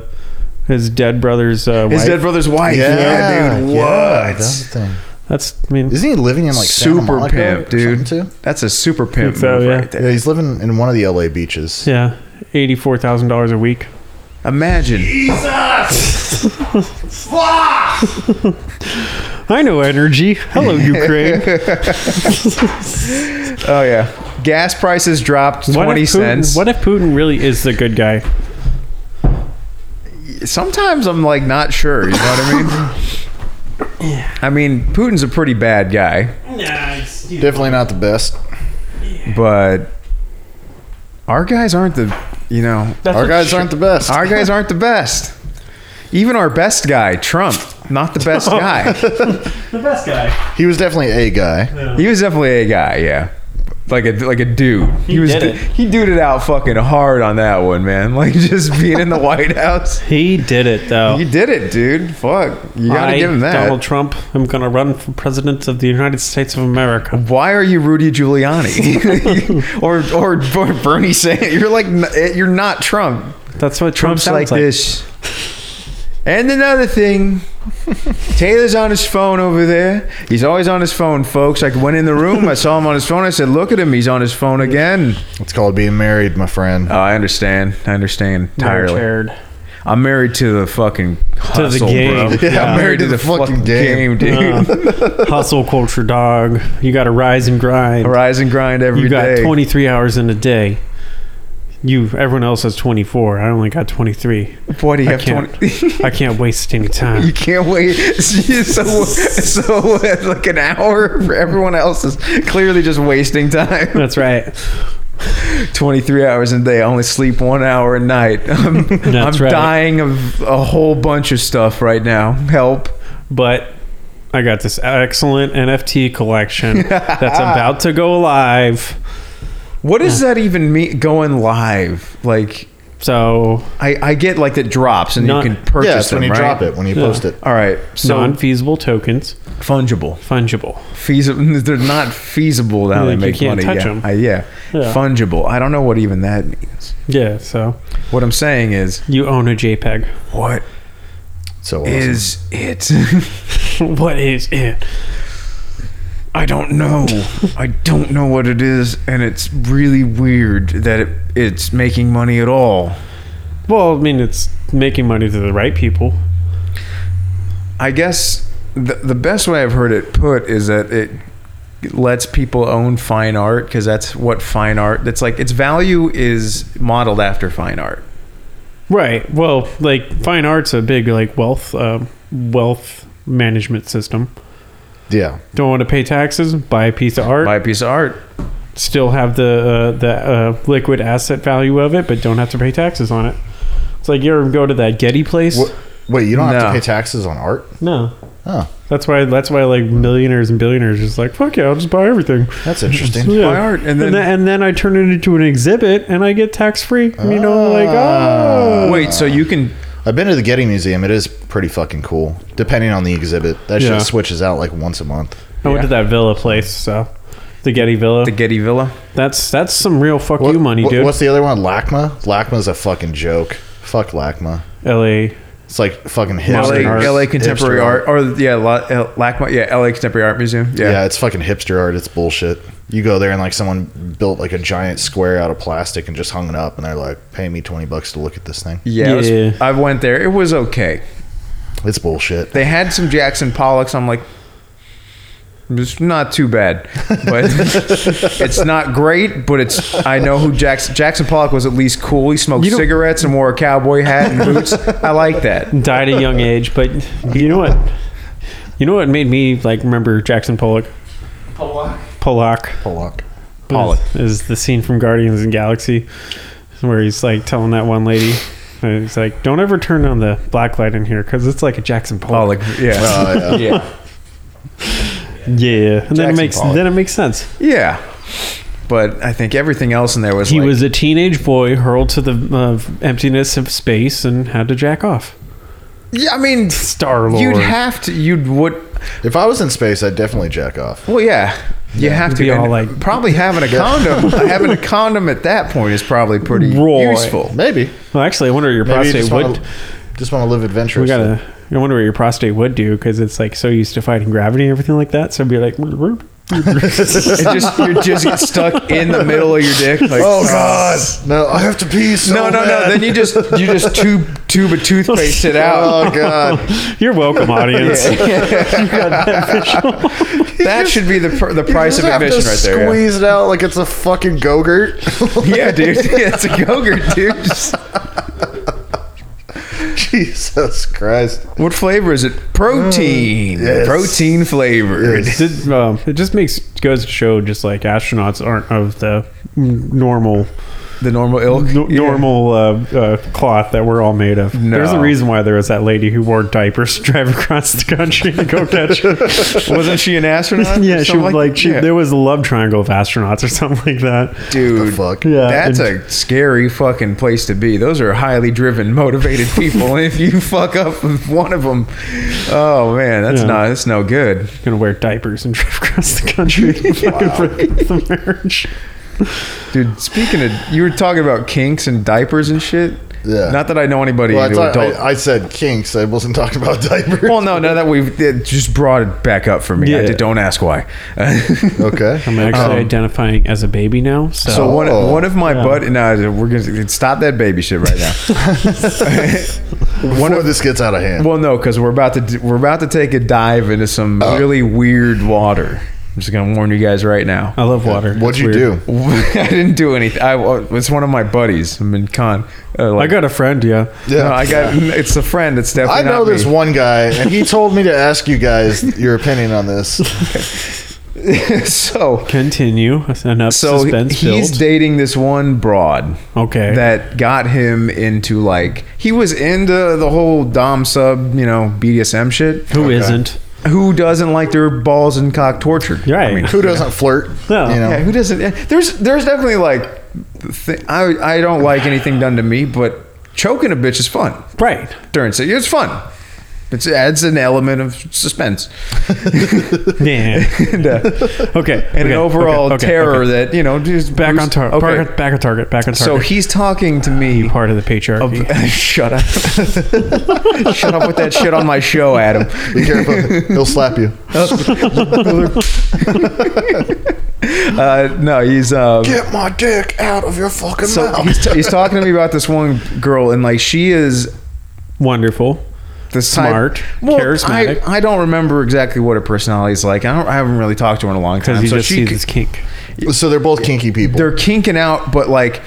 C: his dead brother's uh,
B: His
C: wife?
B: dead brother's wife. Yeah, dude. What?
A: yeah, that's the thing.
C: That's I mean
A: Isn't he living in like Santa
B: super
A: Monica
B: pimp,
A: or
B: dude.
A: something, too?
B: That's a super pimp
C: so,
B: move
C: yeah.
B: right
A: Yeah,
B: there.
A: he's living in one of the LA beaches.
C: yeah, eighty four thousand dollars a week.
B: Imagine.
C: [laughs] I know energy.
B: [laughs]
C: Hello, Ukraine.
B: Oh yeah. Gas prices dropped
C: what
B: twenty
C: if Putin,
B: cents.
C: What if Putin really is the good guy?
B: Sometimes I'm like not sure. You know what I
C: [coughs]
B: mean? I mean, Putin's a pretty bad guy,
C: Nah, it's,
A: Definitely not the best.
B: but our guys aren't the. You know,
A: Our guys aren't the best.
B: our guys aren't the best. Even our best guy, Trump, not the
C: [laughs]
B: best guy.
C: the best guy.
A: He was definitely a guy.
B: He was definitely a guy, yeah. like a like a dude. He,
D: He
B: was
D: did
B: du-
D: it.
B: he duded out fucking hard on that one, man. [laughs] Like just being in the White House.
D: He did it though.
B: He did it, dude. Fuck, you gotta
C: I,
B: give him that.
C: Donald Trump, I'm going to run for president of the United States of America.
B: Why are you Rudy Giuliani [laughs] or, or or Bernie Sanders? You're like n- eh, you're not Trump.
C: That's what Trump
B: Trump's like,
C: sounds like.
B: this. And another thing, Taylor's on his phone over there. He's always on his phone, folks. I went in the room, I saw him on his phone. I said, "Look at him, he's on his phone again."
A: It's called being married, my friend.
C: Uh,
B: Oh, I understand. I understand
D: Marriage
B: entirely. [laughs]
D: aired.
B: I'm married to the fucking hustle,
C: game.
B: Bro.
C: Yeah,
A: I'm married to the fucking game.
B: dude.
C: Uh, hustle culture, dog. You got to rise and grind.
B: Rise and grind every
C: you got
B: day.
C: 23 hours in a day. You, everyone else has 24. I only got 23.
B: What do you
C: I
B: have?
C: can't.
B: 20?
C: [laughs] I can't
B: [laughs]
C: waste any
B: You
C: time.
B: can't wait. [laughs] so, so like an hour for everyone else is clearly just wasting
C: [laughs]
B: time.
C: That's right.
B: 23 hours a day. I only sleep one hour a night. [laughs] I'm, I'm
C: That's right.
B: dying of a whole bunch of stuff right now. Help.
C: But I got this excellent NFT
B: [laughs]
C: collection that's about to go live.
B: What does that even mean going live? Like,
C: So
B: I, I get like that drops and
C: Not-
B: you can purchase
A: yeah, it's
B: them,
A: when you
B: right?
A: drop it, when you
C: Yeah.
A: post it.
B: All right. So
C: non-feasible tokens,
B: fungible.
C: fungible.
B: Feasible. [laughs] They're not feasible now.
C: Like,
B: they
C: you
B: make
C: can't
B: money.
C: touch
B: yeah.
C: 'em.
B: I- yeah.
C: Yeah.
B: Fungible. I don't know what even that means.
C: Yeah. So
B: What I'm saying is,
C: you own a JPEG. [laughs]
B: what
A: So awesome.
B: is it? [laughs]
C: what is it?
B: I don't know. I don't know what it is, and it's really weird that it, it's making money at all.
C: Well, I mean, it's making money to the right people.
B: I guess the, the best way I've heard it put is that it lets people own fine art because that's what fine art. That's like its value is modeled after fine art.
C: Right. Well, like fine art's a big like wealth um, wealth management system.
A: yeah.
C: Don't want to pay taxes, buy a piece of art,
B: Buy a piece of art.
C: still have the uh, the uh, liquid asset value of it, but don't have to pay taxes on it. It's like you ever go to that Getty place?
A: Wha- Wait, you don't
B: No.
A: have to pay taxes on art?
C: No.
A: Oh,
C: That's why. That's why like millionaires and billionaires are just like fuck yeah, I'll just buy everything. [laughs]
A: that's interesting.
C: Yeah.
B: Buy art, and then-
C: and then and then I turn it into an exhibit, and I get tax free. You know, like
B: Ah.
C: oh
B: Wait, so you can
A: Uh, I've been to the Getty Museum. It is pretty fucking cool, depending on the exhibit. That
C: Yeah.
A: shit switches out like once a month.
C: I went
B: Yeah.
C: to that villa place, so the Getty Villa.
B: the Getty Villa?
C: that's that's some real fuck you money,
A: what-
C: dude.
A: What's the other one? LACMA? LACMA's a fucking joke. Fuck LACMA.
C: L.A.
A: It's like fucking
B: LA,
A: hipster art.
B: LA Contemporary
A: Hipster
B: Art, or yeah, La- L- LACMA, yeah, LA Contemporary Art Museum.
A: Yeah. it's fucking hipster art. It's bullshit. You go there and like someone built like a giant square out of plastic and just hung it up, and they're like, "Pay me twenty bucks to look at this thing."
B: Yeah, it was-
C: Yeah.
B: I went there. It was okay.
A: It's bullshit.
B: They had some Jackson Pollocks. I'm like, it's not too bad,
C: [laughs]
B: but it's not great. But it's I know who Jackson Jackson Pollock was. At least cool. He smoked cigarettes and wore a cowboy hat and boots. I like
C: [laughs]
B: that.
C: died at
A: [laughs]
C: a young age, but you know what? You know what made me like remember Jackson Pollock. Pollock.
A: Pollock.
B: Pollock.
C: Pollock is, is the scene from Guardians and Galaxy where he's like telling that one lady, uh, he's like, "Don't ever turn on the black light in here because it's Oh, like a Jackson Pollock."
B: Pollock, yeah,
A: Uh, yeah.
C: [laughs]
B: yeah,
C: Yeah, and then
A: Jackson
C: it makes
A: Pollock.
C: then it makes sense.
B: yeah. But I think everything else in there was
C: He
B: like,
C: was a teenage boy hurled to the uh, emptiness of space and had to jack off. [laughs]
B: Yeah, I mean,
C: Star Lord.
B: you'd have to. You'd would.
A: if I was in space, I'd definitely jack off.
B: Well, yeah. You have to
C: be all
B: and
C: like-
B: probably
C: [laughs]
B: having a condom. having a condom at that point is probably pretty
C: Roy.
B: useful.
A: Maybe.
C: well, actually, I wonder what your
A: Maybe you
C: prostate
A: just
C: would.
A: wanna, just want to live adventurous.
C: we gotta. I wonder what your prostate would do because it's like so used to fighting gravity and everything like that. So it'd be like,
B: It just you're just stuck in the middle of your dick. Like,
A: oh God! No, I have to pee. So
B: No, no, no.
A: bad.
B: Then you just you just tube tube of toothpaste it out.
A: Oh God!
C: "You're welcome, audience."
B: [laughs] That should be the pr- [laughs] the price of
A: You just have to
B: admission right there. yeah.
A: Squeeze it out like it's a fucking go-gurt. [laughs]
B: Yeah, dude. [laughs] Yeah, it's a yogurt, dude. Just-
A: Jesus Christ!
B: what flavor is it? Protein.
A: Mm, yes.
B: Protein flavored.
A: Yes.
C: Did- um, it just makes goes to show just like astronauts aren't of the normal
B: the normal ilk.
C: No-
B: Yeah.
C: normal uh, uh, cloth that we're all made of.
B: No.
C: There's a reason why there was that lady who wore diapers to drive across the country and go
B: [laughs]
C: catch.
B: Wasn't she an astronaut? or
C: [laughs] yeah, she
B: something
C: was like she,
B: [laughs] Yeah.
C: there was a love triangle of astronauts or something like that.
A: the
B: dude.
A: fuck.
C: Yeah,
B: That's
C: Uh, and-
B: a scary fucking place to be. Those are highly driven, [laughs] motivated people. and if you fuck up with one of them, oh man, that's
C: Yeah.
B: not that's no good.
C: gonna wear diapers and [laughs] drive across
B: [laughs]
C: the country. to fucking break up the marriage.
B: Dude, speaking of, you were talking about kinks and diapers and shit.
A: Yeah.
B: Not that I know anybody
A: Well, I,
B: who
A: thought-
B: adult.
A: I, I said kinks. I wasn't talking about [laughs] diapers.
B: well, no, no, that we've it just brought it back up for me. I
C: Yeah.
B: did, don't ask why. [laughs]
A: okay.
C: I'm actually identifying as a baby now. So,
B: Um, So one,
A: Oh.
B: one of my
C: Yeah.
B: buddies, no, we're gonna stop that baby shit right
C: [laughs]
B: now.
A: Before this gets out of hand.
B: well, no, because we're about to d- we're about to take a dive into some
A: Oh.
B: really weird water. I'm just gonna warn you guys right now.
C: I love water.
A: What'd
C: It's
A: you
C: weird.
A: do?
B: [laughs] I didn't do anything. I uh, it's one of my buddies. I'm in con. Uh,
C: I
B: like,
C: got a friend. Yeah.
A: Yeah.
B: no, I
A: [laughs]
B: got. It's a friend. It's definitely.
A: I know
B: not
A: this
B: me.
A: one guy,
B: [laughs]
A: and he told me to ask you guys your opinion on this.
B: [laughs]
A: [laughs]
B: so
C: Continue. Enough
B: so
C: suspense
B: he's
C: built.
B: dating this one broad
C: okay.
B: that got him into like he was into the whole dom sub you know BDSM shit.
C: Who not
B: Who doesn't like their balls and cock tortured?
C: Right.
B: I mean,
A: Who doesn't flirt?
C: No.
A: You know?
B: yeah, who doesn't? yeah, There's there's definitely like th- I I don't like anything done to me, but choking a bitch is fun.
C: [laughs] Right.
B: during sex. It's fun. It adds an element of
C: [laughs]
B: suspense [laughs]
C: Yeah.
B: and, uh,
C: Okay.
B: and an overall terror that you know just
C: Back
B: Bruce-
C: on target.
B: Okay.
C: Back, on target. Back on target.
B: So he's talking to me.
C: part of the patriarchy.
B: Of, [laughs] shut up! shut up with that shit on my show, Adam. [laughs]
A: Be careful. He'll slap you.
B: Uh, no, he's um,
A: Get my dick out of your fucking
B: so
A: mouth.
B: he's, he's talking to me about this one girl, and like she is
C: Wonderful.
B: this type-
C: Smart, charismatic.
B: I, I don't remember exactly what her personality is like. I, don't, I haven't really talked to her in a long
C: Because
B: time.
C: he
B: So
C: just
B: she
C: sees
B: c-
C: his kink.
A: [laughs] So they're both kinky people.
B: they're kinking out, but like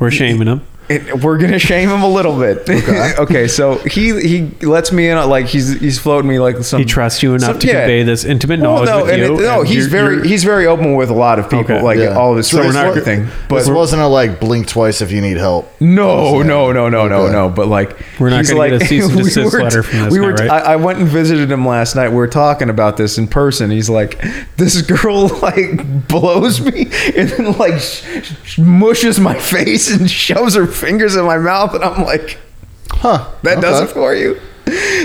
C: We're shaming him.
B: It, we're gonna shame him a little bit. [laughs] Okay. so he he lets me in. on, Like he's he's floating me like some.
C: He trusts you enough
B: some-
C: to
B: um, yeah.
C: convey this intimate
B: Well,
C: knowledge
B: no,
C: with
B: and
C: you.
B: it- no,
C: and
B: he's
C: you're-
B: very
C: you're-
B: he's very open with a lot of people.
C: Okay.
B: Like
A: Yeah.
B: all of his
A: So
B: friends
A: this
B: and
A: wa-
B: everything.
A: this
B: But
A: wasn't a like blink twice if you need help.
B: no, no, no, no, no,
A: Okay.
B: no. But like
C: We're not
B: he's
C: gonna get a cease and desist
B: were-
C: letter from
B: [laughs]
C: this
B: We
C: now,
B: were.
C: right?
B: I, I went and visited him last night. We were talking about this in person. He's like, this girl [laughs] like blows me and then like sh- sh- mushes my face and shoves her fingers in my mouth, and I'm like.
A: Huh.
B: That does it for you.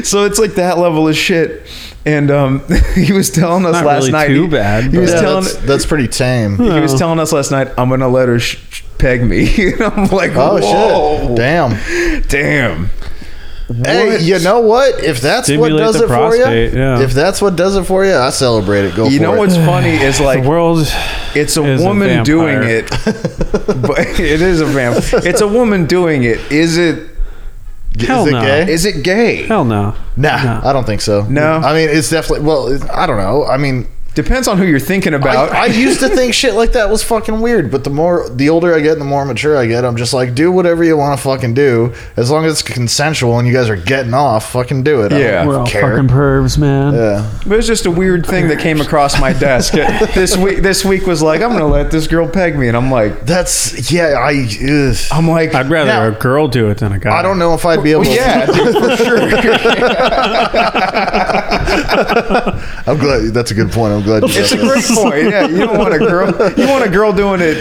B: So it's like that level of shit. And um, [laughs] he was telling us
C: Not
B: last
C: really
B: night.
C: too
B: he,
C: bad,
B: He
C: but-
B: was
A: Yeah,
B: telling.
A: that's, that's pretty tame.
B: He was telling us last night. I'm gonna let her sh- sh- peg me. [laughs] and I'm like,
A: Oh
B: Whoa,
A: shit! Damn.
B: damn.
A: Hey,
B: What?
A: you know what? If that's
C: Stimulate
A: what does
C: the
A: it for
C: prostate,
A: you,
C: yeah.
A: if that's what does it for you, I celebrate it. Go.
B: You
A: for
B: know
A: it.
B: what's funny is like
C: the world.
B: it's a
C: is a
B: woman
C: vampire.
B: doing
C: [laughs]
B: it, but it is a vampire. It's a woman doing it. Is it?
C: Hell
A: is it
C: no.
A: gay?
B: Is it gay?
C: Hell no.
A: nah,
C: No.
A: I don't think so.
B: No?
A: I mean it's definitely. Well, it, I don't know. I mean,
B: Depends on who you're thinking about.
A: I, I used to think shit like that was fucking weird, but the more the older I get, and the more mature I get, I'm just like, do whatever you want to fucking do, as long as it's consensual and you guys are getting off, fucking do it.
B: Yeah.
A: I
C: We're
A: don't
C: all
A: care.
C: fucking pervs, man.
A: yeah,
B: But it's just a weird thing that came across my
C: [laughs]
B: desk this week. This week was like, I'm gonna let this girl peg me, and I'm like,
A: that's yeah. I ugh.
C: Oh
B: I'm like,
C: I'd rather
A: Now-
C: a girl do it than a guy.
A: I don't know if I'd be able.
B: well, yeah, dude, for sure.
A: I'm glad that's a good point. I'm glad you.
B: It's a
A: said that.
B: great point. Yeah, you don't want a girl. You want a girl doing it,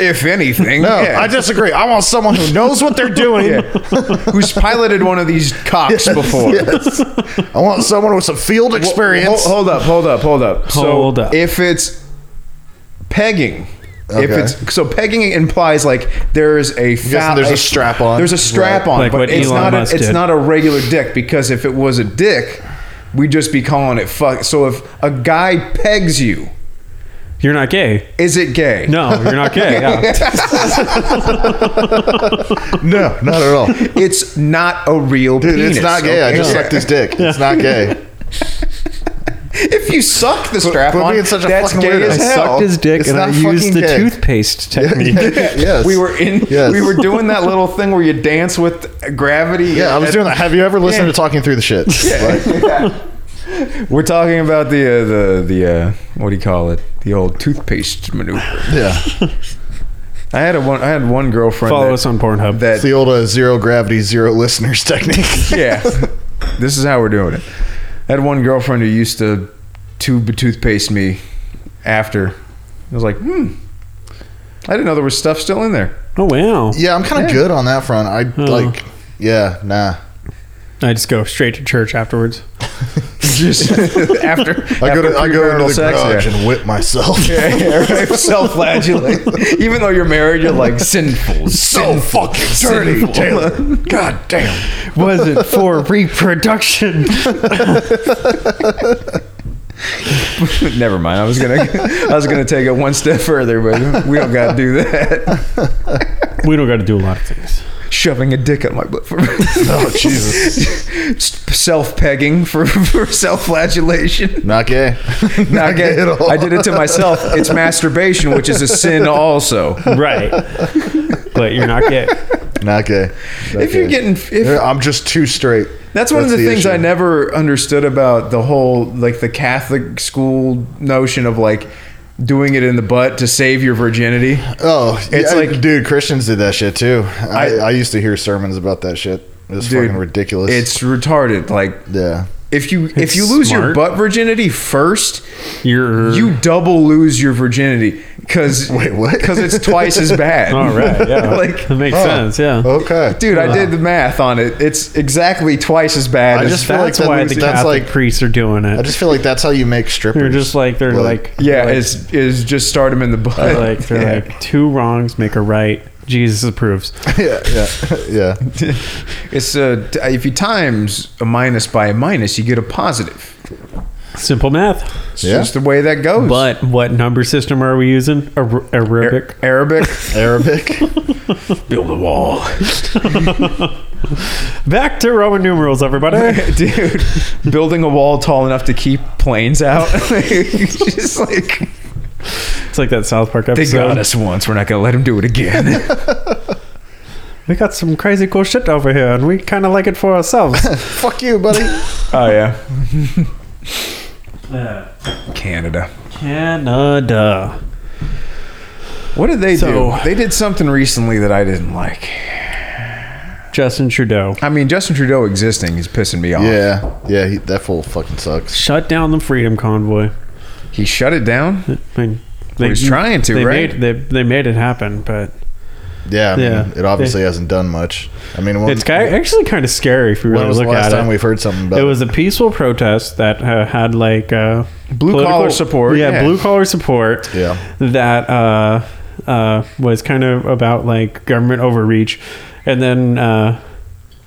B: if anything.
A: No,
B: yeah.
A: I disagree. I want someone who knows what they're doing.
B: Yeah. Who's piloted one of these
A: [laughs]
B: cocks before?
A: Yes. I want someone with some field experience.
B: Hold, hold up, hold up, hold up.
C: Hold
B: so
C: up.
B: if it's pegging. If
A: Okay.
B: it's so pegging implies like there's a fa-
A: there's a strap-on.
B: There's a strap on,
C: Like
B: but
C: what
B: it's
C: Elon
B: not a,
C: Musk
B: it's
C: did.
B: not a regular dick because if it was a dick, we'd just be calling it fuck. So if a guy pegs you,
C: You're not gay.
B: is it gay?
C: No, you're
A: [laughs]
C: not gay. Yeah.
A: No, not at all. Dude,
B: It's not a real penis.
A: it's not gay. I
B: okay?
A: just sucked his dick. It's not [laughs] gay.
B: If you suck the strap
A: quit
B: on,
A: being such a
B: that's
A: fucking
B: gay
A: weirdo.
C: I
B: as
A: It's
B: hell.
C: sucked his dick
A: It's
C: and I
A: not
C: used
A: fucking
C: the
A: gay. [laughs]
C: toothpaste technique.
A: yes.
B: We were in.
A: Yes.
B: We were doing that little thing where you dance with gravity.
A: Yeah, I was
B: At-
A: doing that. Have you ever listened
B: Yeah.
A: to Talking Through the Shit? [laughs] Like,
B: We're talking about the uh, the the uh, what do you call it? The old toothpaste maneuver.
A: yeah.
B: I had a one. I had one girlfriend.
C: Follow
B: that-
C: us on Pornhub.
A: It's the
B: That
A: old uh, zero gravity, zero listeners [laughs]
B: [laughs]
A: technique.
B: yeah. this is how we're doing it. I had one girlfriend who used to tube of toothpaste me after. I was like, hmm. I didn't know there was stuff still in there. [laughs]
C: oh wow!
A: yeah, I'm kind of
B: Yeah.
A: good on that front. I
C: Oh.
A: like, yeah, nah.
C: I just go straight to church afterwards.
B: Just [laughs] after
A: I go
B: after
A: to, I go into
B: premarital
A: the garage
B: yeah.
A: and whip myself.
B: Yeah, yeah, right. Self-flagellate. Even though you're married, you're like sinful.
A: so fucking dirty,
B: Sinful.
A: Taylor. God damn.
C: Was it for reproduction?
B: [laughs] Never mind. I was gonna I was gonna take it one step further, but we don't gotta do that.
C: we don't got to do a lot of
A: [laughs]
C: things.
B: Shoving a dick up my butt for
A: [laughs]
B: [laughs]
A: Oh Jesus.
B: self-pegging for, for self-flagellation.
A: Not gay. [laughs]
B: Not
A: gay at all.
B: I did it to myself. It's masturbation, which is a sin also.
C: Right. but you're not gay.
A: Not gay. Not
B: If you're
A: gay.
B: getting if
A: Yeah, I'm just too straight.
B: That's one of the, things
A: issue.
B: I never understood about the whole like the Catholic school notion of like doing it in the butt to save your virginity.
A: Oh,
B: It's
A: it's
B: like-
A: like, dude, Christians did that shit too. I,
B: I-
A: I, used to hear sermons about that shit. It was
B: Dude,
A: fucking ridiculous.
B: It's retarded. Like
A: yeah,
B: if you if
C: It's
B: you lose your
C: smart.
B: butt virginity first,
C: You're
B: you double lose your virginity because
A: Wait, what?
B: Because it's twice as bad. [laughs]
C: All
A: [laughs]
C: right. Yeah.
B: Like-
C: that makes
A: Oh,
C: sense. Yeah.
A: okay,
B: [laughs] Dude, I did the math on it. It's exactly twice as bad.
A: I
B: as,
A: just feel like
C: That's
A: that
C: why
A: was-
C: the
A: that's
C: Catholic
A: like-
C: priests are doing it.
A: I just feel like that's how you make strippers.
C: they're just like they're like,
B: yeah,
C: like,
B: is is just start him in the butt.
C: they're like they're
B: [laughs] Yeah.
C: like two wrongs make a right. Jesus approves.
A: [laughs] yeah, yeah, yeah.
B: It's uh, t- if you times a minus by a minus, you get a positive.
C: Simple math.
B: It's
A: Yeah.
B: just the way that goes.
C: But what number system are we using? Ar- Arabic.
B: Ar-
C: [laughs]
B: Arabic. [laughs]
A: Arabic.
B: Build a wall,
C: Back to Roman numerals,
B: [laughs]
C: everybody.
B: dude. Building a wall tall enough to keep planes out. [laughs] just like
C: it's like that South Park
B: they
C: episode.
B: got us once, we're not gonna let them do it
A: [laughs]
B: again.
C: We got some crazy cool shit over here, and we kind of like it for
B: [laughs]
C: ourselves.
A: Fuck you, buddy.
B: oh yeah, Canada.
C: Canada.
B: What did they
C: So-
B: do? They did something recently that I didn't like.
C: Justin Trudeau.
B: I mean, Justin Trudeau existing is pissing me off.
A: Yeah, yeah. He, that fool fucking sucks.
C: Shut down the Freedom Convoy.
B: He shut it down.
C: I mean, they,
B: he's trying to,
C: they
B: right?
C: Made, they, they made it happen, but
A: Yeah, I mean,
C: Yeah.
A: It obviously hasn't done much. I mean, when,
C: it's ki actually kind of scary if you
A: when
C: really
A: was the
C: look
A: last
C: at
A: time
C: it.
A: we've heard something about
C: it was a peaceful protest that uh, had like uh,
B: Blue
C: political-
B: collar support,
C: Yeah,
B: yeah.
C: blue collar support.
A: Yeah.
C: that uh, uh, was kind of about like government overreach, and then uh,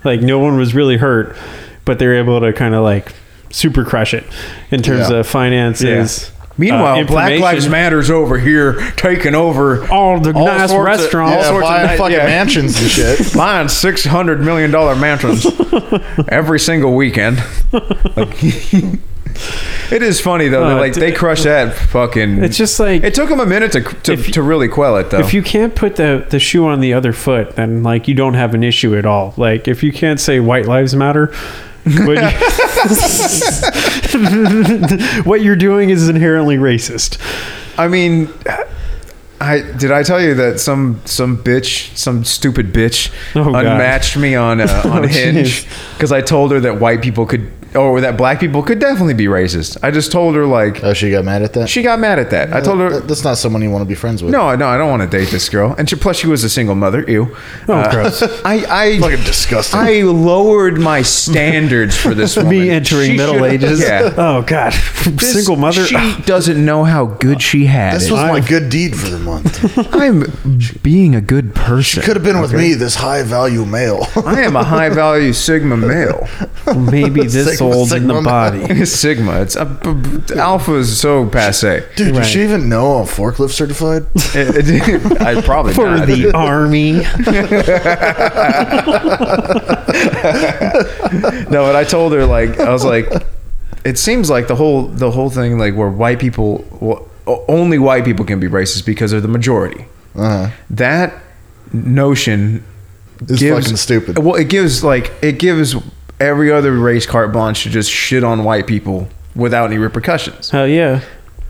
C: like no one was really hurt, but they were able to kind of like super crush it in terms
A: Yeah.
C: of finances.
B: Meanwhile,
C: uh,
B: Black Lives
C: information. Oh,
B: Matter's over here taking over
C: All the
B: all
C: nice
B: sorts of-
C: restaurants.
B: all
A: yeah,
B: sorts of
A: buying
B: night-
A: fucking
B: yeah.
A: mansions
C: [laughs]
A: and shit.
B: buying six hundred million dollar mansions every single weekend. Like, [laughs] it is funny though. that
C: Uh,
B: like they crush that fucking.
C: It's just like
B: it took them a minute to to,
C: If you-
B: to really quell it though.
C: if you can't put the, the shoe on the other foot, then like you don't have an issue at all. Like if you can't say white lives matter, what, you, [laughs] what you're doing is inherently racist.
B: I mean, I did I tell you that some some bitch, some stupid bitch,
C: Oh, God.
B: unmatched me on uh, on
C: [laughs] Oh,
B: Hinge
C: jeez.
B: because I told her that white people could or that black people could definitely be racist. I just told her like
A: Oh, she got mad at that.
B: she got mad at that. I told her.
A: That- that's not someone you want to be friends with.
B: No, no, I don't want to date this girl. And she, plus, she was a single mother. Ew.
C: Oh,
B: Uh,
C: gross.
B: [laughs] I, I
A: Fucking disgusting.
B: I lowered my standards for this woman.
C: [laughs] Me entering
B: She
C: middle
B: should-
C: ages.
B: Yeah.
C: Oh God,
B: This-
C: [laughs] single mother. [laughs] oh,
B: She doesn't know how good she had
A: this
B: it.
A: was my good deed for the [laughs] month.
B: I'm being a good person.
A: Could have been with me, this high value male. [laughs]
B: I am a high value Sigma male. [laughs]
C: Maybe this
A: Sigma-
C: old in the
A: Sigma
C: body.
B: Sigma. It's a, b- b- alpha is so
A: [laughs]
B: passe.
A: Dude,
C: Right.
A: does she even know I'm forklift [laughs] certified?
B: It- it- [laughs] I probably
C: For
B: not.
C: the army,
B: [laughs] [laughs] no, but I told her like I was like, it seems like the whole the whole thing like where white people well, o- only white people can be racist because they're the majority.
A: Uh-huh.
B: That notion
A: It's fucking stupid.
B: Well, it gives like it gives every other race carte blanche to just shit on white people without any repercussions.
C: hell yeah.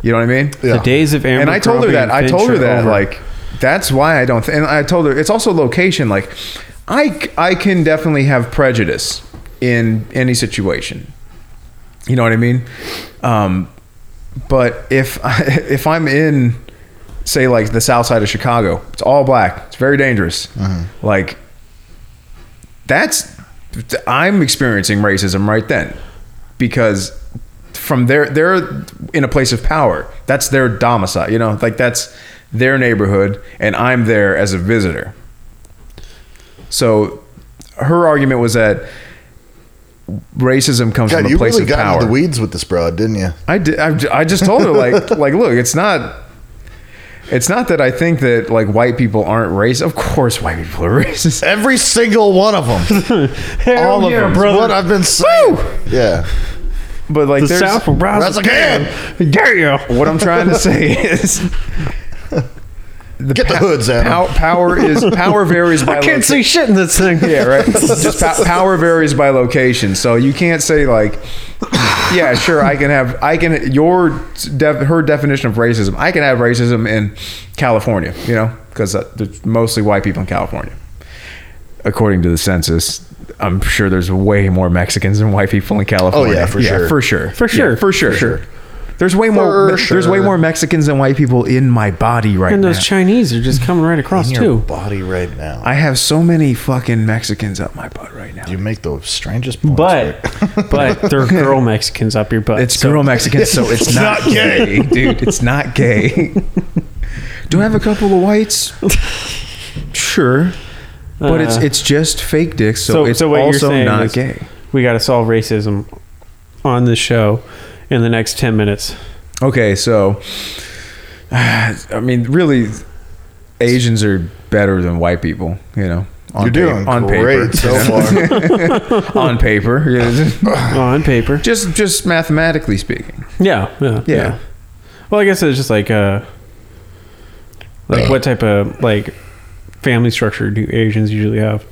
B: You know what I mean?
A: Yeah.
C: The days of Amber
B: and I told her
C: Crombie
B: that. I told her
C: Finch are
B: that
C: over.
B: like that's why I don't. Th- and I told her it's also location. Like, I c- I can definitely have prejudice in any situation. You know what I mean? Um, but if [laughs] I, if I'm in, say like the south side of Chicago, it's all black. It's very dangerous. Like, that's I'm experiencing racism right then because from there they're in a place of power. That's their domicile, you know, like that's their neighborhood and I'm there as a visitor. So her argument was that racism comes
A: God,
B: from
A: you
B: a place
A: really
B: of
A: got
B: power.
A: into the weeds with this broad, didn't you?
B: I did. I, I just told her like [laughs] like look, it's not. It's not that I think that like white people aren't racist. Of course, white people are racist.
A: Every single one of
C: [laughs]
A: them.
C: Hell
A: All of
C: yeah,
A: them.
C: brother.
A: What I've been saying. Yeah.
B: But like
C: the
B: there's,
C: South will rise
A: Rise
C: again. Dare you?
B: What I'm trying to say is
A: Get the hoods out.
B: pow- power is power varies by
C: [laughs] I can't see shit in this thing.
B: yeah,
A: [laughs]
B: right. Just pow- power varies by location, so you can't say like, [sighs] yeah, sure, I can have, I can your def, her definition of racism. I can have racism in California, you know, because there's mostly white people in California, according to the census. I'm sure there's way more Mexicans than white people in California.
A: Oh, yeah, for sure.
B: for sure,
C: For sure.
B: Yeah, for sure,
C: For sure.
B: There's way
A: For
B: more. There's way
A: sure.
B: more Mexicans than white people in my body right
C: And
B: now.
C: those Chinese are just coming right across
A: in your
C: too.
A: body right now.
B: I have so many fucking Mexicans up my butt right now.
A: you make the strangest points.
C: [laughs] But
A: Rick.
C: but they're girl Mexicans up your butt.
B: It's
C: so-
B: girl Mexican, so it's not, gay, dude. It's not gay. [laughs] Do I have a couple of whites? Sure, but it's
C: Uh,
B: it's just fake dicks, so,
C: so-
B: it's
C: so what you're
B: also
C: saying
B: not
C: is-
B: gay.
C: we got to solve racism on this show in the next 10
B: [sighs]
C: minutes.
B: Okay, so [sighs] I mean, really, Asians are better than white people, you know. On
A: You're doing
B: pa- on
A: great
B: paper,
A: [laughs] so
B: [laughs]
A: far.
B: on paper, yeah.
C: on paper.
B: just just mathematically speaking.
C: Yeah, yeah.
B: Yeah.
C: Well, I guess it's just like uh like what type of like family structure do Asians usually have?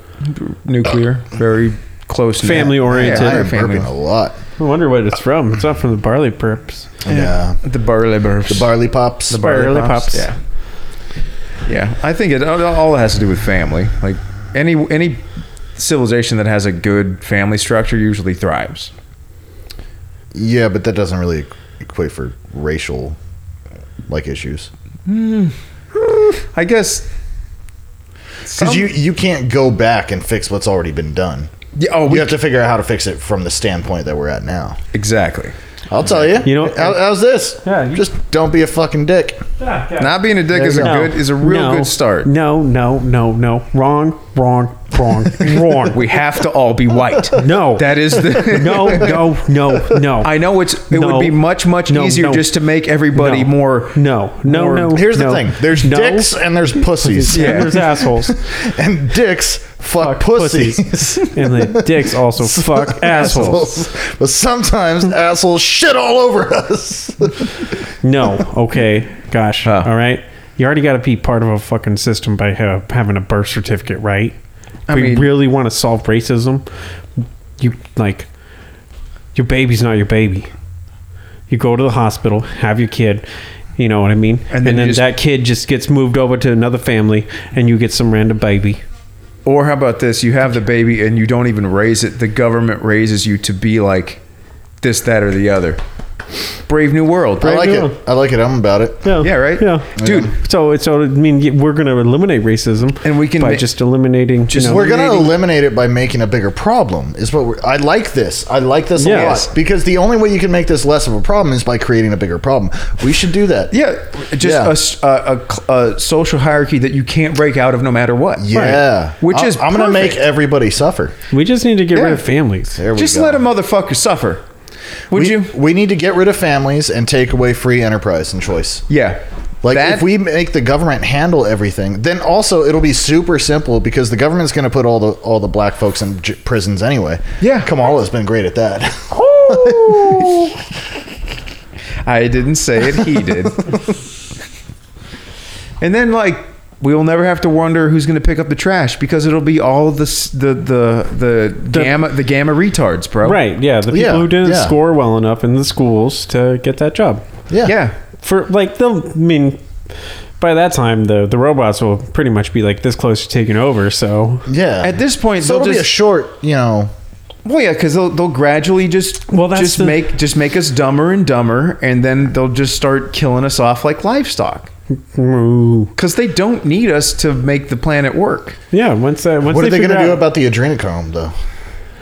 B: nuclear, very close,
C: Family-oriented.
A: I am
B: family.
A: burping a lot.
C: I wonder what it's from. It's not from the barley burps.
A: Yeah.
B: The barley burps.
A: The barley pops. The
C: barley
B: Barley
C: pops.
B: Yeah, yeah. I think it all- all has to do with family. Like any any civilization that has a good family structure usually thrives.
A: yeah, but that doesn't really equate for racial like issues.
B: I guess.
A: Because you, you can't go back and fix what's already been done.
B: Yeah, oh, we,
A: You have to figure out how to fix it from the standpoint that we're at now.
B: exactly.
A: I'll tell you.
C: You know-
A: How, how's this?
C: Yeah, you-
A: just don't be a fucking dick.
B: Not being a dick is a
C: No.
B: good is a real
C: No.
B: good start.
C: No, no, no, no. Wrong, wrong, wrong,
B: [laughs]
C: wrong.
B: We have to all be white.
C: [laughs]
B: [laughs]
C: No.
B: that is the
C: no, no, no, no.
B: I know it's it
C: No.
B: would be much much
C: No,
B: easier
C: no.
B: just to make [laughs] everybody
C: No.
B: more
C: No, no,
B: more-
C: no.
A: Here's the
C: no.
A: thing there's
C: No.
A: dicks and there's pussies.
C: And there's assholes.
A: [laughs] And dicks fuck,
C: Fuck
A: pussies.
C: pussies.
A: [laughs]
C: and the dicks also fuck assholes.
A: But sometimes assholes shit all over us.
C: No. Okay. Gosh. All right. You already got to be part of a fucking system by ha- having a birth certificate, right?
B: I
C: we
B: mean-
C: really want to solve racism. You like your baby's not your baby. You go to the hospital, have your kid. You know what I mean?
B: And
C: And
B: then
C: then,
B: you just-
C: that kid just gets moved over to another family, and you get some random baby.
B: Or how about this? You have the baby and you don't even raise it. The government raises you to be like this, that, or the other. Brave New World.
A: I
B: right?
A: like
C: Yeah.
A: it. I like it. I'm about it.
B: Yeah, right?
C: Yeah,
B: Dude.
C: So, so I mean, y- we're gonna eliminate racism,
B: And we can
C: by
B: ma-
C: just eliminating.
B: Just
C: you know,
A: We're gonna eliminate it by making a bigger problem. Is what we're, I like this. I like this
C: Yes.
A: a lot because the only way you can make this less of a problem is by creating a bigger problem. We should do that.
B: Yeah, just
A: Yeah.
B: a s- A, a cl- a social hierarchy that you can't break out of no matter what.
A: Yeah.
B: Which
A: I-
B: is
A: I'm gonna make
B: perfect.
A: everybody suffer.
C: we just need to get
B: Yeah.
C: rid of families.
A: There we
B: Just
A: go.
B: let a motherfucker suffer. Would
A: we,
B: you?
A: We need to get rid of families and take away free enterprise and choice.
B: Yeah.
A: Like
B: That-
A: if we make the government handle everything, then also it'll be super simple because the government's going to put all the all the black folks in j- prisons anyway.
B: Yeah. Oh,
A: Kamala's been great at that.
B: I didn't say it.
A: [laughs]
B: He did. and then like we will never have to wonder who's going to pick up the trash because it'll be all the s- the the the, gamma the gamma retards, bro.
C: Right. Yeah. The people
A: Yeah,
C: who didn't
A: yeah.
C: score well enough in the schools to get that job.
A: [laughs] yeah.
B: Yeah.
C: For like they'll I mean by that time, the the robots will pretty much be like this close to taking over. So
A: Yeah.
B: At this point,
A: so
B: they'll
A: it'll be a
B: just-
A: short, you know.
B: Well, yeah, because they'll they'll gradually just
C: Well, that's
B: just
C: the-
B: make just make us dumber and dumber, and then they'll just start killing us off like livestock because they don't need us to make the planet work.
C: yeah, once uh, once
A: What are they going
C: figure
A: to do
C: out-
A: about the adrenochrome though?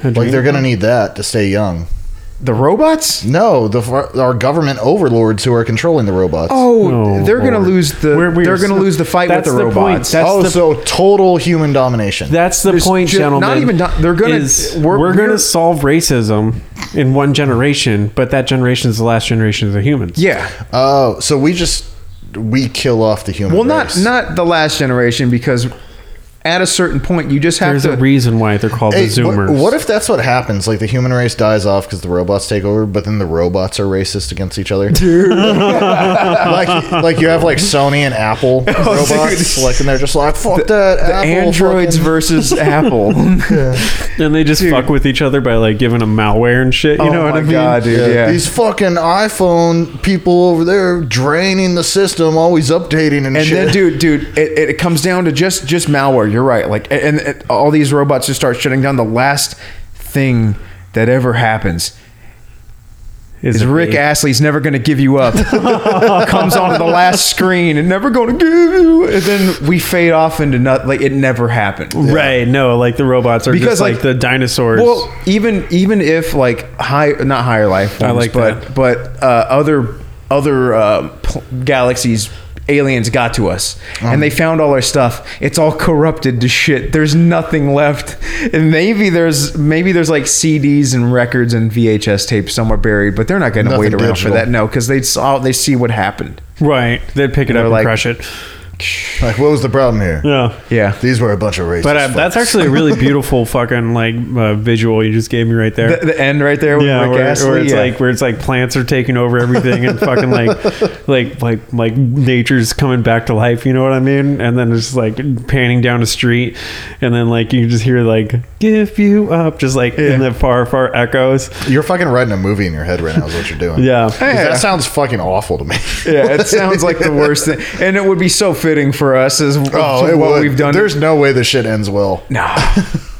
A: Like
C: Adrenal-
A: they're going to need that to stay young.
B: The robots?
A: No, the our government overlords who are controlling the robots.
B: Oh, they're gonna
C: Lord.
B: lose the
C: We're- we're
B: they're gonna
C: so-
B: lose the fight with
C: that's
B: the
C: the point.
B: robots.
C: That's
A: oh,
C: the-
A: so total human domination.
C: That's the
B: There's
C: point,
B: ju- not
C: gentlemen.
B: even do- they're gonna-
C: is
B: we're-
C: we're,
B: we're-
C: gonna solve racism in one generation, but that generation is the last generation of the humans.
B: yeah.
A: oh, so we just we kill off the human.
B: Well, not
A: race.
B: not the last generation because at a certain point you just have
C: there's
B: to.
C: a reason why they're called
A: Hey,
C: the
A: what,
C: Zoomers.
A: what if that's what happens? Like the human race dies off because the robots take over, but then the robots are racist against each other. [laughs] like, like you have like Sony
B: [laughs]
A: and Apple robots,
B: Oh, dude.
A: like, and they're just like, "Fuck that."
B: the
A: Apple
B: [laughs] androids
A: fucking-"
B: versus Apple.
C: and they just fuck with each other by like giving them malware and shit. You
B: Oh
C: know what
B: my
C: I mean?
B: God, dude, yeah.
A: These fucking iPhone people over there draining the system, always updating and,
B: And
A: [laughs] shit.
B: then, dude, dude, it, it comes down to just just malware. You're right. Like, and, and all these robots just start shutting down. The last thing that ever happens is
C: it
B: Rick
C: me?
B: Astley's never going to give you up. comes onto the last screen and never going to give you. And then we fade off into not like it never happened.
C: Right? No, like the robots are
B: Because,
C: just like,
B: like-
C: the dinosaurs.
B: Well, even even if like high, not higher life forms,
C: I like
B: but
C: that.
B: but uh, other other uh, pl- galaxies. Aliens got to us,
A: Um.
B: and they found all our stuff. It's all corrupted to shit. There's nothing left, and maybe there's maybe there's like CDs and records and VHS tapes somewhere buried, but they're not going to
A: Nothing
B: wait around
A: digital.
B: for that. No, because they saw they see what happened.
C: right? They'd pick it
B: they're
C: up and
B: like-
C: crush it.
A: like, what was the problem here?
C: Yeah.
B: Yeah,
A: These were a bunch of racists.
C: But uh, that's actually
B: [laughs]
C: a really beautiful fucking like uh, visual you just gave me right there.
B: the, the end right there with
C: yeah,
B: Rick
C: where,
B: Astley.
C: where it's
B: yeah.
C: like where it's like plants are taking over everything and
B: [laughs]
C: fucking like like like like nature's coming back to life. You know what I mean? And then it's like panning down a street, and then like you just hear like "Give you up," just like in the far far echoes.
A: You're fucking writing a movie in your head right now. Is what you're doing.
C: Yeah.
A: 'Cause
B: Yeah.
A: That sounds fucking awful to me.
B: Yeah, it sounds like the worst thing, and it would be so fitting for us as
A: [laughs] Oh,
B: what
A: it would.
B: we've done.
A: There's no way this shit ends well.
B: no,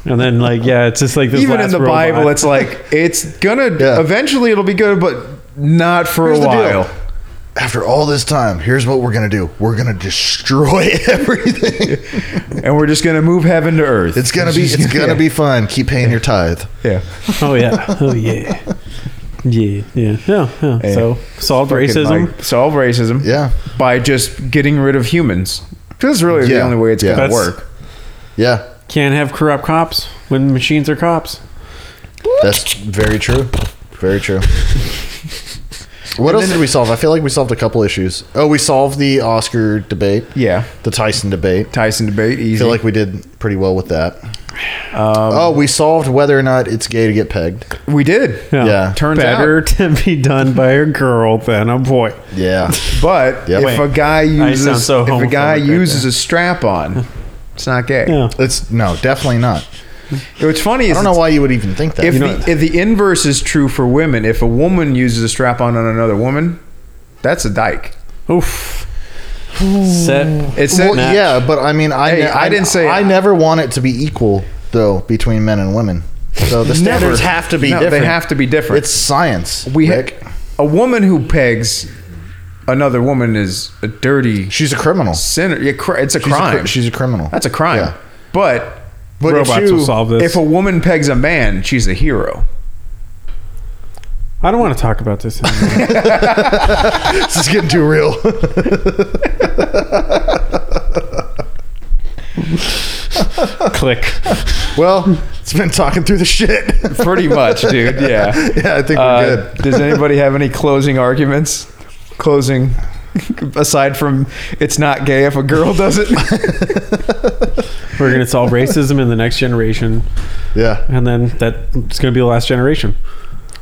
C: And then like yeah, it's just like
B: [laughs]
C: this
B: even in
C: last
B: the
C: robot.
B: Bible, it's like it's gonna
A: Yeah.
B: eventually it'll be good, but not for
A: Here's
B: a
A: the
B: while.
A: deal. After all this time, here's what we're gonna do. We're gonna destroy [laughs] everything.
B: And we're just gonna move heaven to earth.
A: It's
B: [laughs]
A: gonna be it's gonna be fun. Keep paying your tithe.
B: yeah.
C: oh yeah, [laughs] oh yeah. Yeah, yeah, yeah, yeah.
B: Yeah.
C: So solved racism.
B: Like, solve racism.
A: Yeah.
B: by just getting rid of humans. 'Cause That's really the
A: Yeah.
B: only way it's
A: Yeah.
B: gonna
C: That's-
B: work.
A: Yeah.
C: Can't have corrupt cops when machines are cops.
A: That's very true. Very
B: [laughs]
A: true. What else did we solve? I feel like we solved a couple issues. Oh, we solved the Oscar debate.
B: Yeah,
A: The Tyson debate.
B: Tyson debate
A: I
B: easy. Um,
A: feel like we did pretty well with that. oh, we solved whether or not it's gay to get pegged.
B: we did.
A: Yeah.
B: Oh, Turns
C: better [laughs] to be done by a girl than a boy.
B: [laughs]
A: Yeah.
B: But
A: Yep.
B: if
A: Wait.
B: a guy
C: sound
B: uses
C: so
B: if a guy
C: homophobic right
B: uses a strap on, it's not gay.
C: Yeah.
A: It's no, definitely not.
B: What's funny is
A: I don't know why you would even think that.
B: if,
A: You know-
B: the, if the inverse is true for women, if a woman uses a strap on on another woman, that's a dyke.
C: Oof. Set.
B: It's
A: well,
C: Nah.
A: yeah, but I mean, I,
B: Hey,
A: ne-
B: I didn't say-
A: I never want it to be equal though between men and women. So the standards have to be
B: No,
A: different.
B: They have to be different.
A: It's science.
B: we ha-
A: Rick.
B: a woman who pegs another woman is a dirty
A: she's a criminal. She's
B: sinner. Yeah, cr- it's a
A: a cri-
B: crime.
A: she's a criminal.
B: that's a crime.
A: Yeah.
B: But
A: But
C: Robots
A: if you-
C: will solve this.
B: if a woman pegs a man, she's a hero.
C: I don't want to talk about this.
B: [laughs]
C: Anymore.
A: this is getting too real.
C: Click.
A: well, [laughs] it's been talking through the shit.
B: Pretty much, dude. Yeah.
A: [laughs] yeah, I think we're
B: Uh,
A: good.
B: does anybody have any closing arguments?
A: [laughs]
B: Closing, aside from it's not gay if a girl does it.
C: We're gonna solve racism in the next generation,
A: [laughs] Yeah.
C: and then that's gonna be the last generation.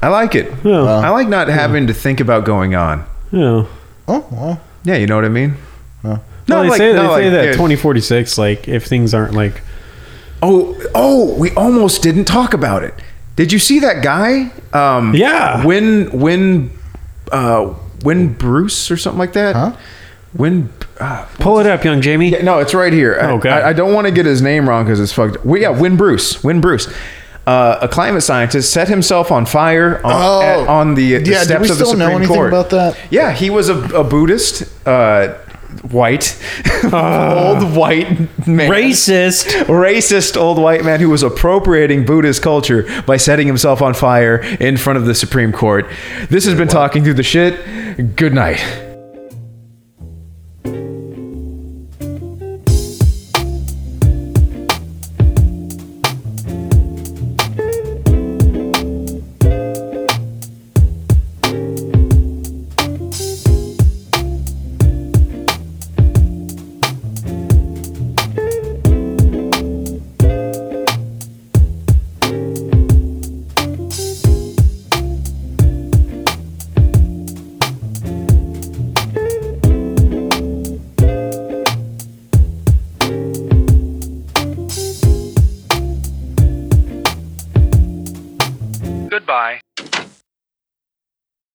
B: I like it.
C: Yeah. Wow.
B: I like not having to think about going on.
C: Yeah.
A: Oh, well,
B: Yeah, you know what I mean.
A: well.
C: No, they
B: like-
C: say,
B: no,
C: they say
B: like,
C: that
B: yeah.
C: 2046, like if things aren't like
B: Oh, oh, we almost didn't talk about it. Did you see that guy? Um,
C: Yeah.
B: When when uh, when Bruce or something like that. uh,
A: Huh?
B: When
C: Pull it up, young Jamie.
B: Yeah, no, it's right here. I-
C: Oh, God.
B: I, I don't want to get his name wrong because it's fucked. We, yeah, Win Bruce. Win Bruce. Uh, a climate scientist set himself on fire on,
A: Oh.
B: at- on the, the
A: Yeah, do
B: steps
A: we
B: of the
A: still know
B: Supreme
A: anything
B: Court.
A: about that?
B: Yeah, he was a, a Buddhist, uh, white, [laughs] old white man.
C: Racist.
B: Racist old white man who was appropriating Buddhist culture by setting himself on fire in front of the Supreme Court. This has been Talking Through the Shit. Good night.
D: Goodbye.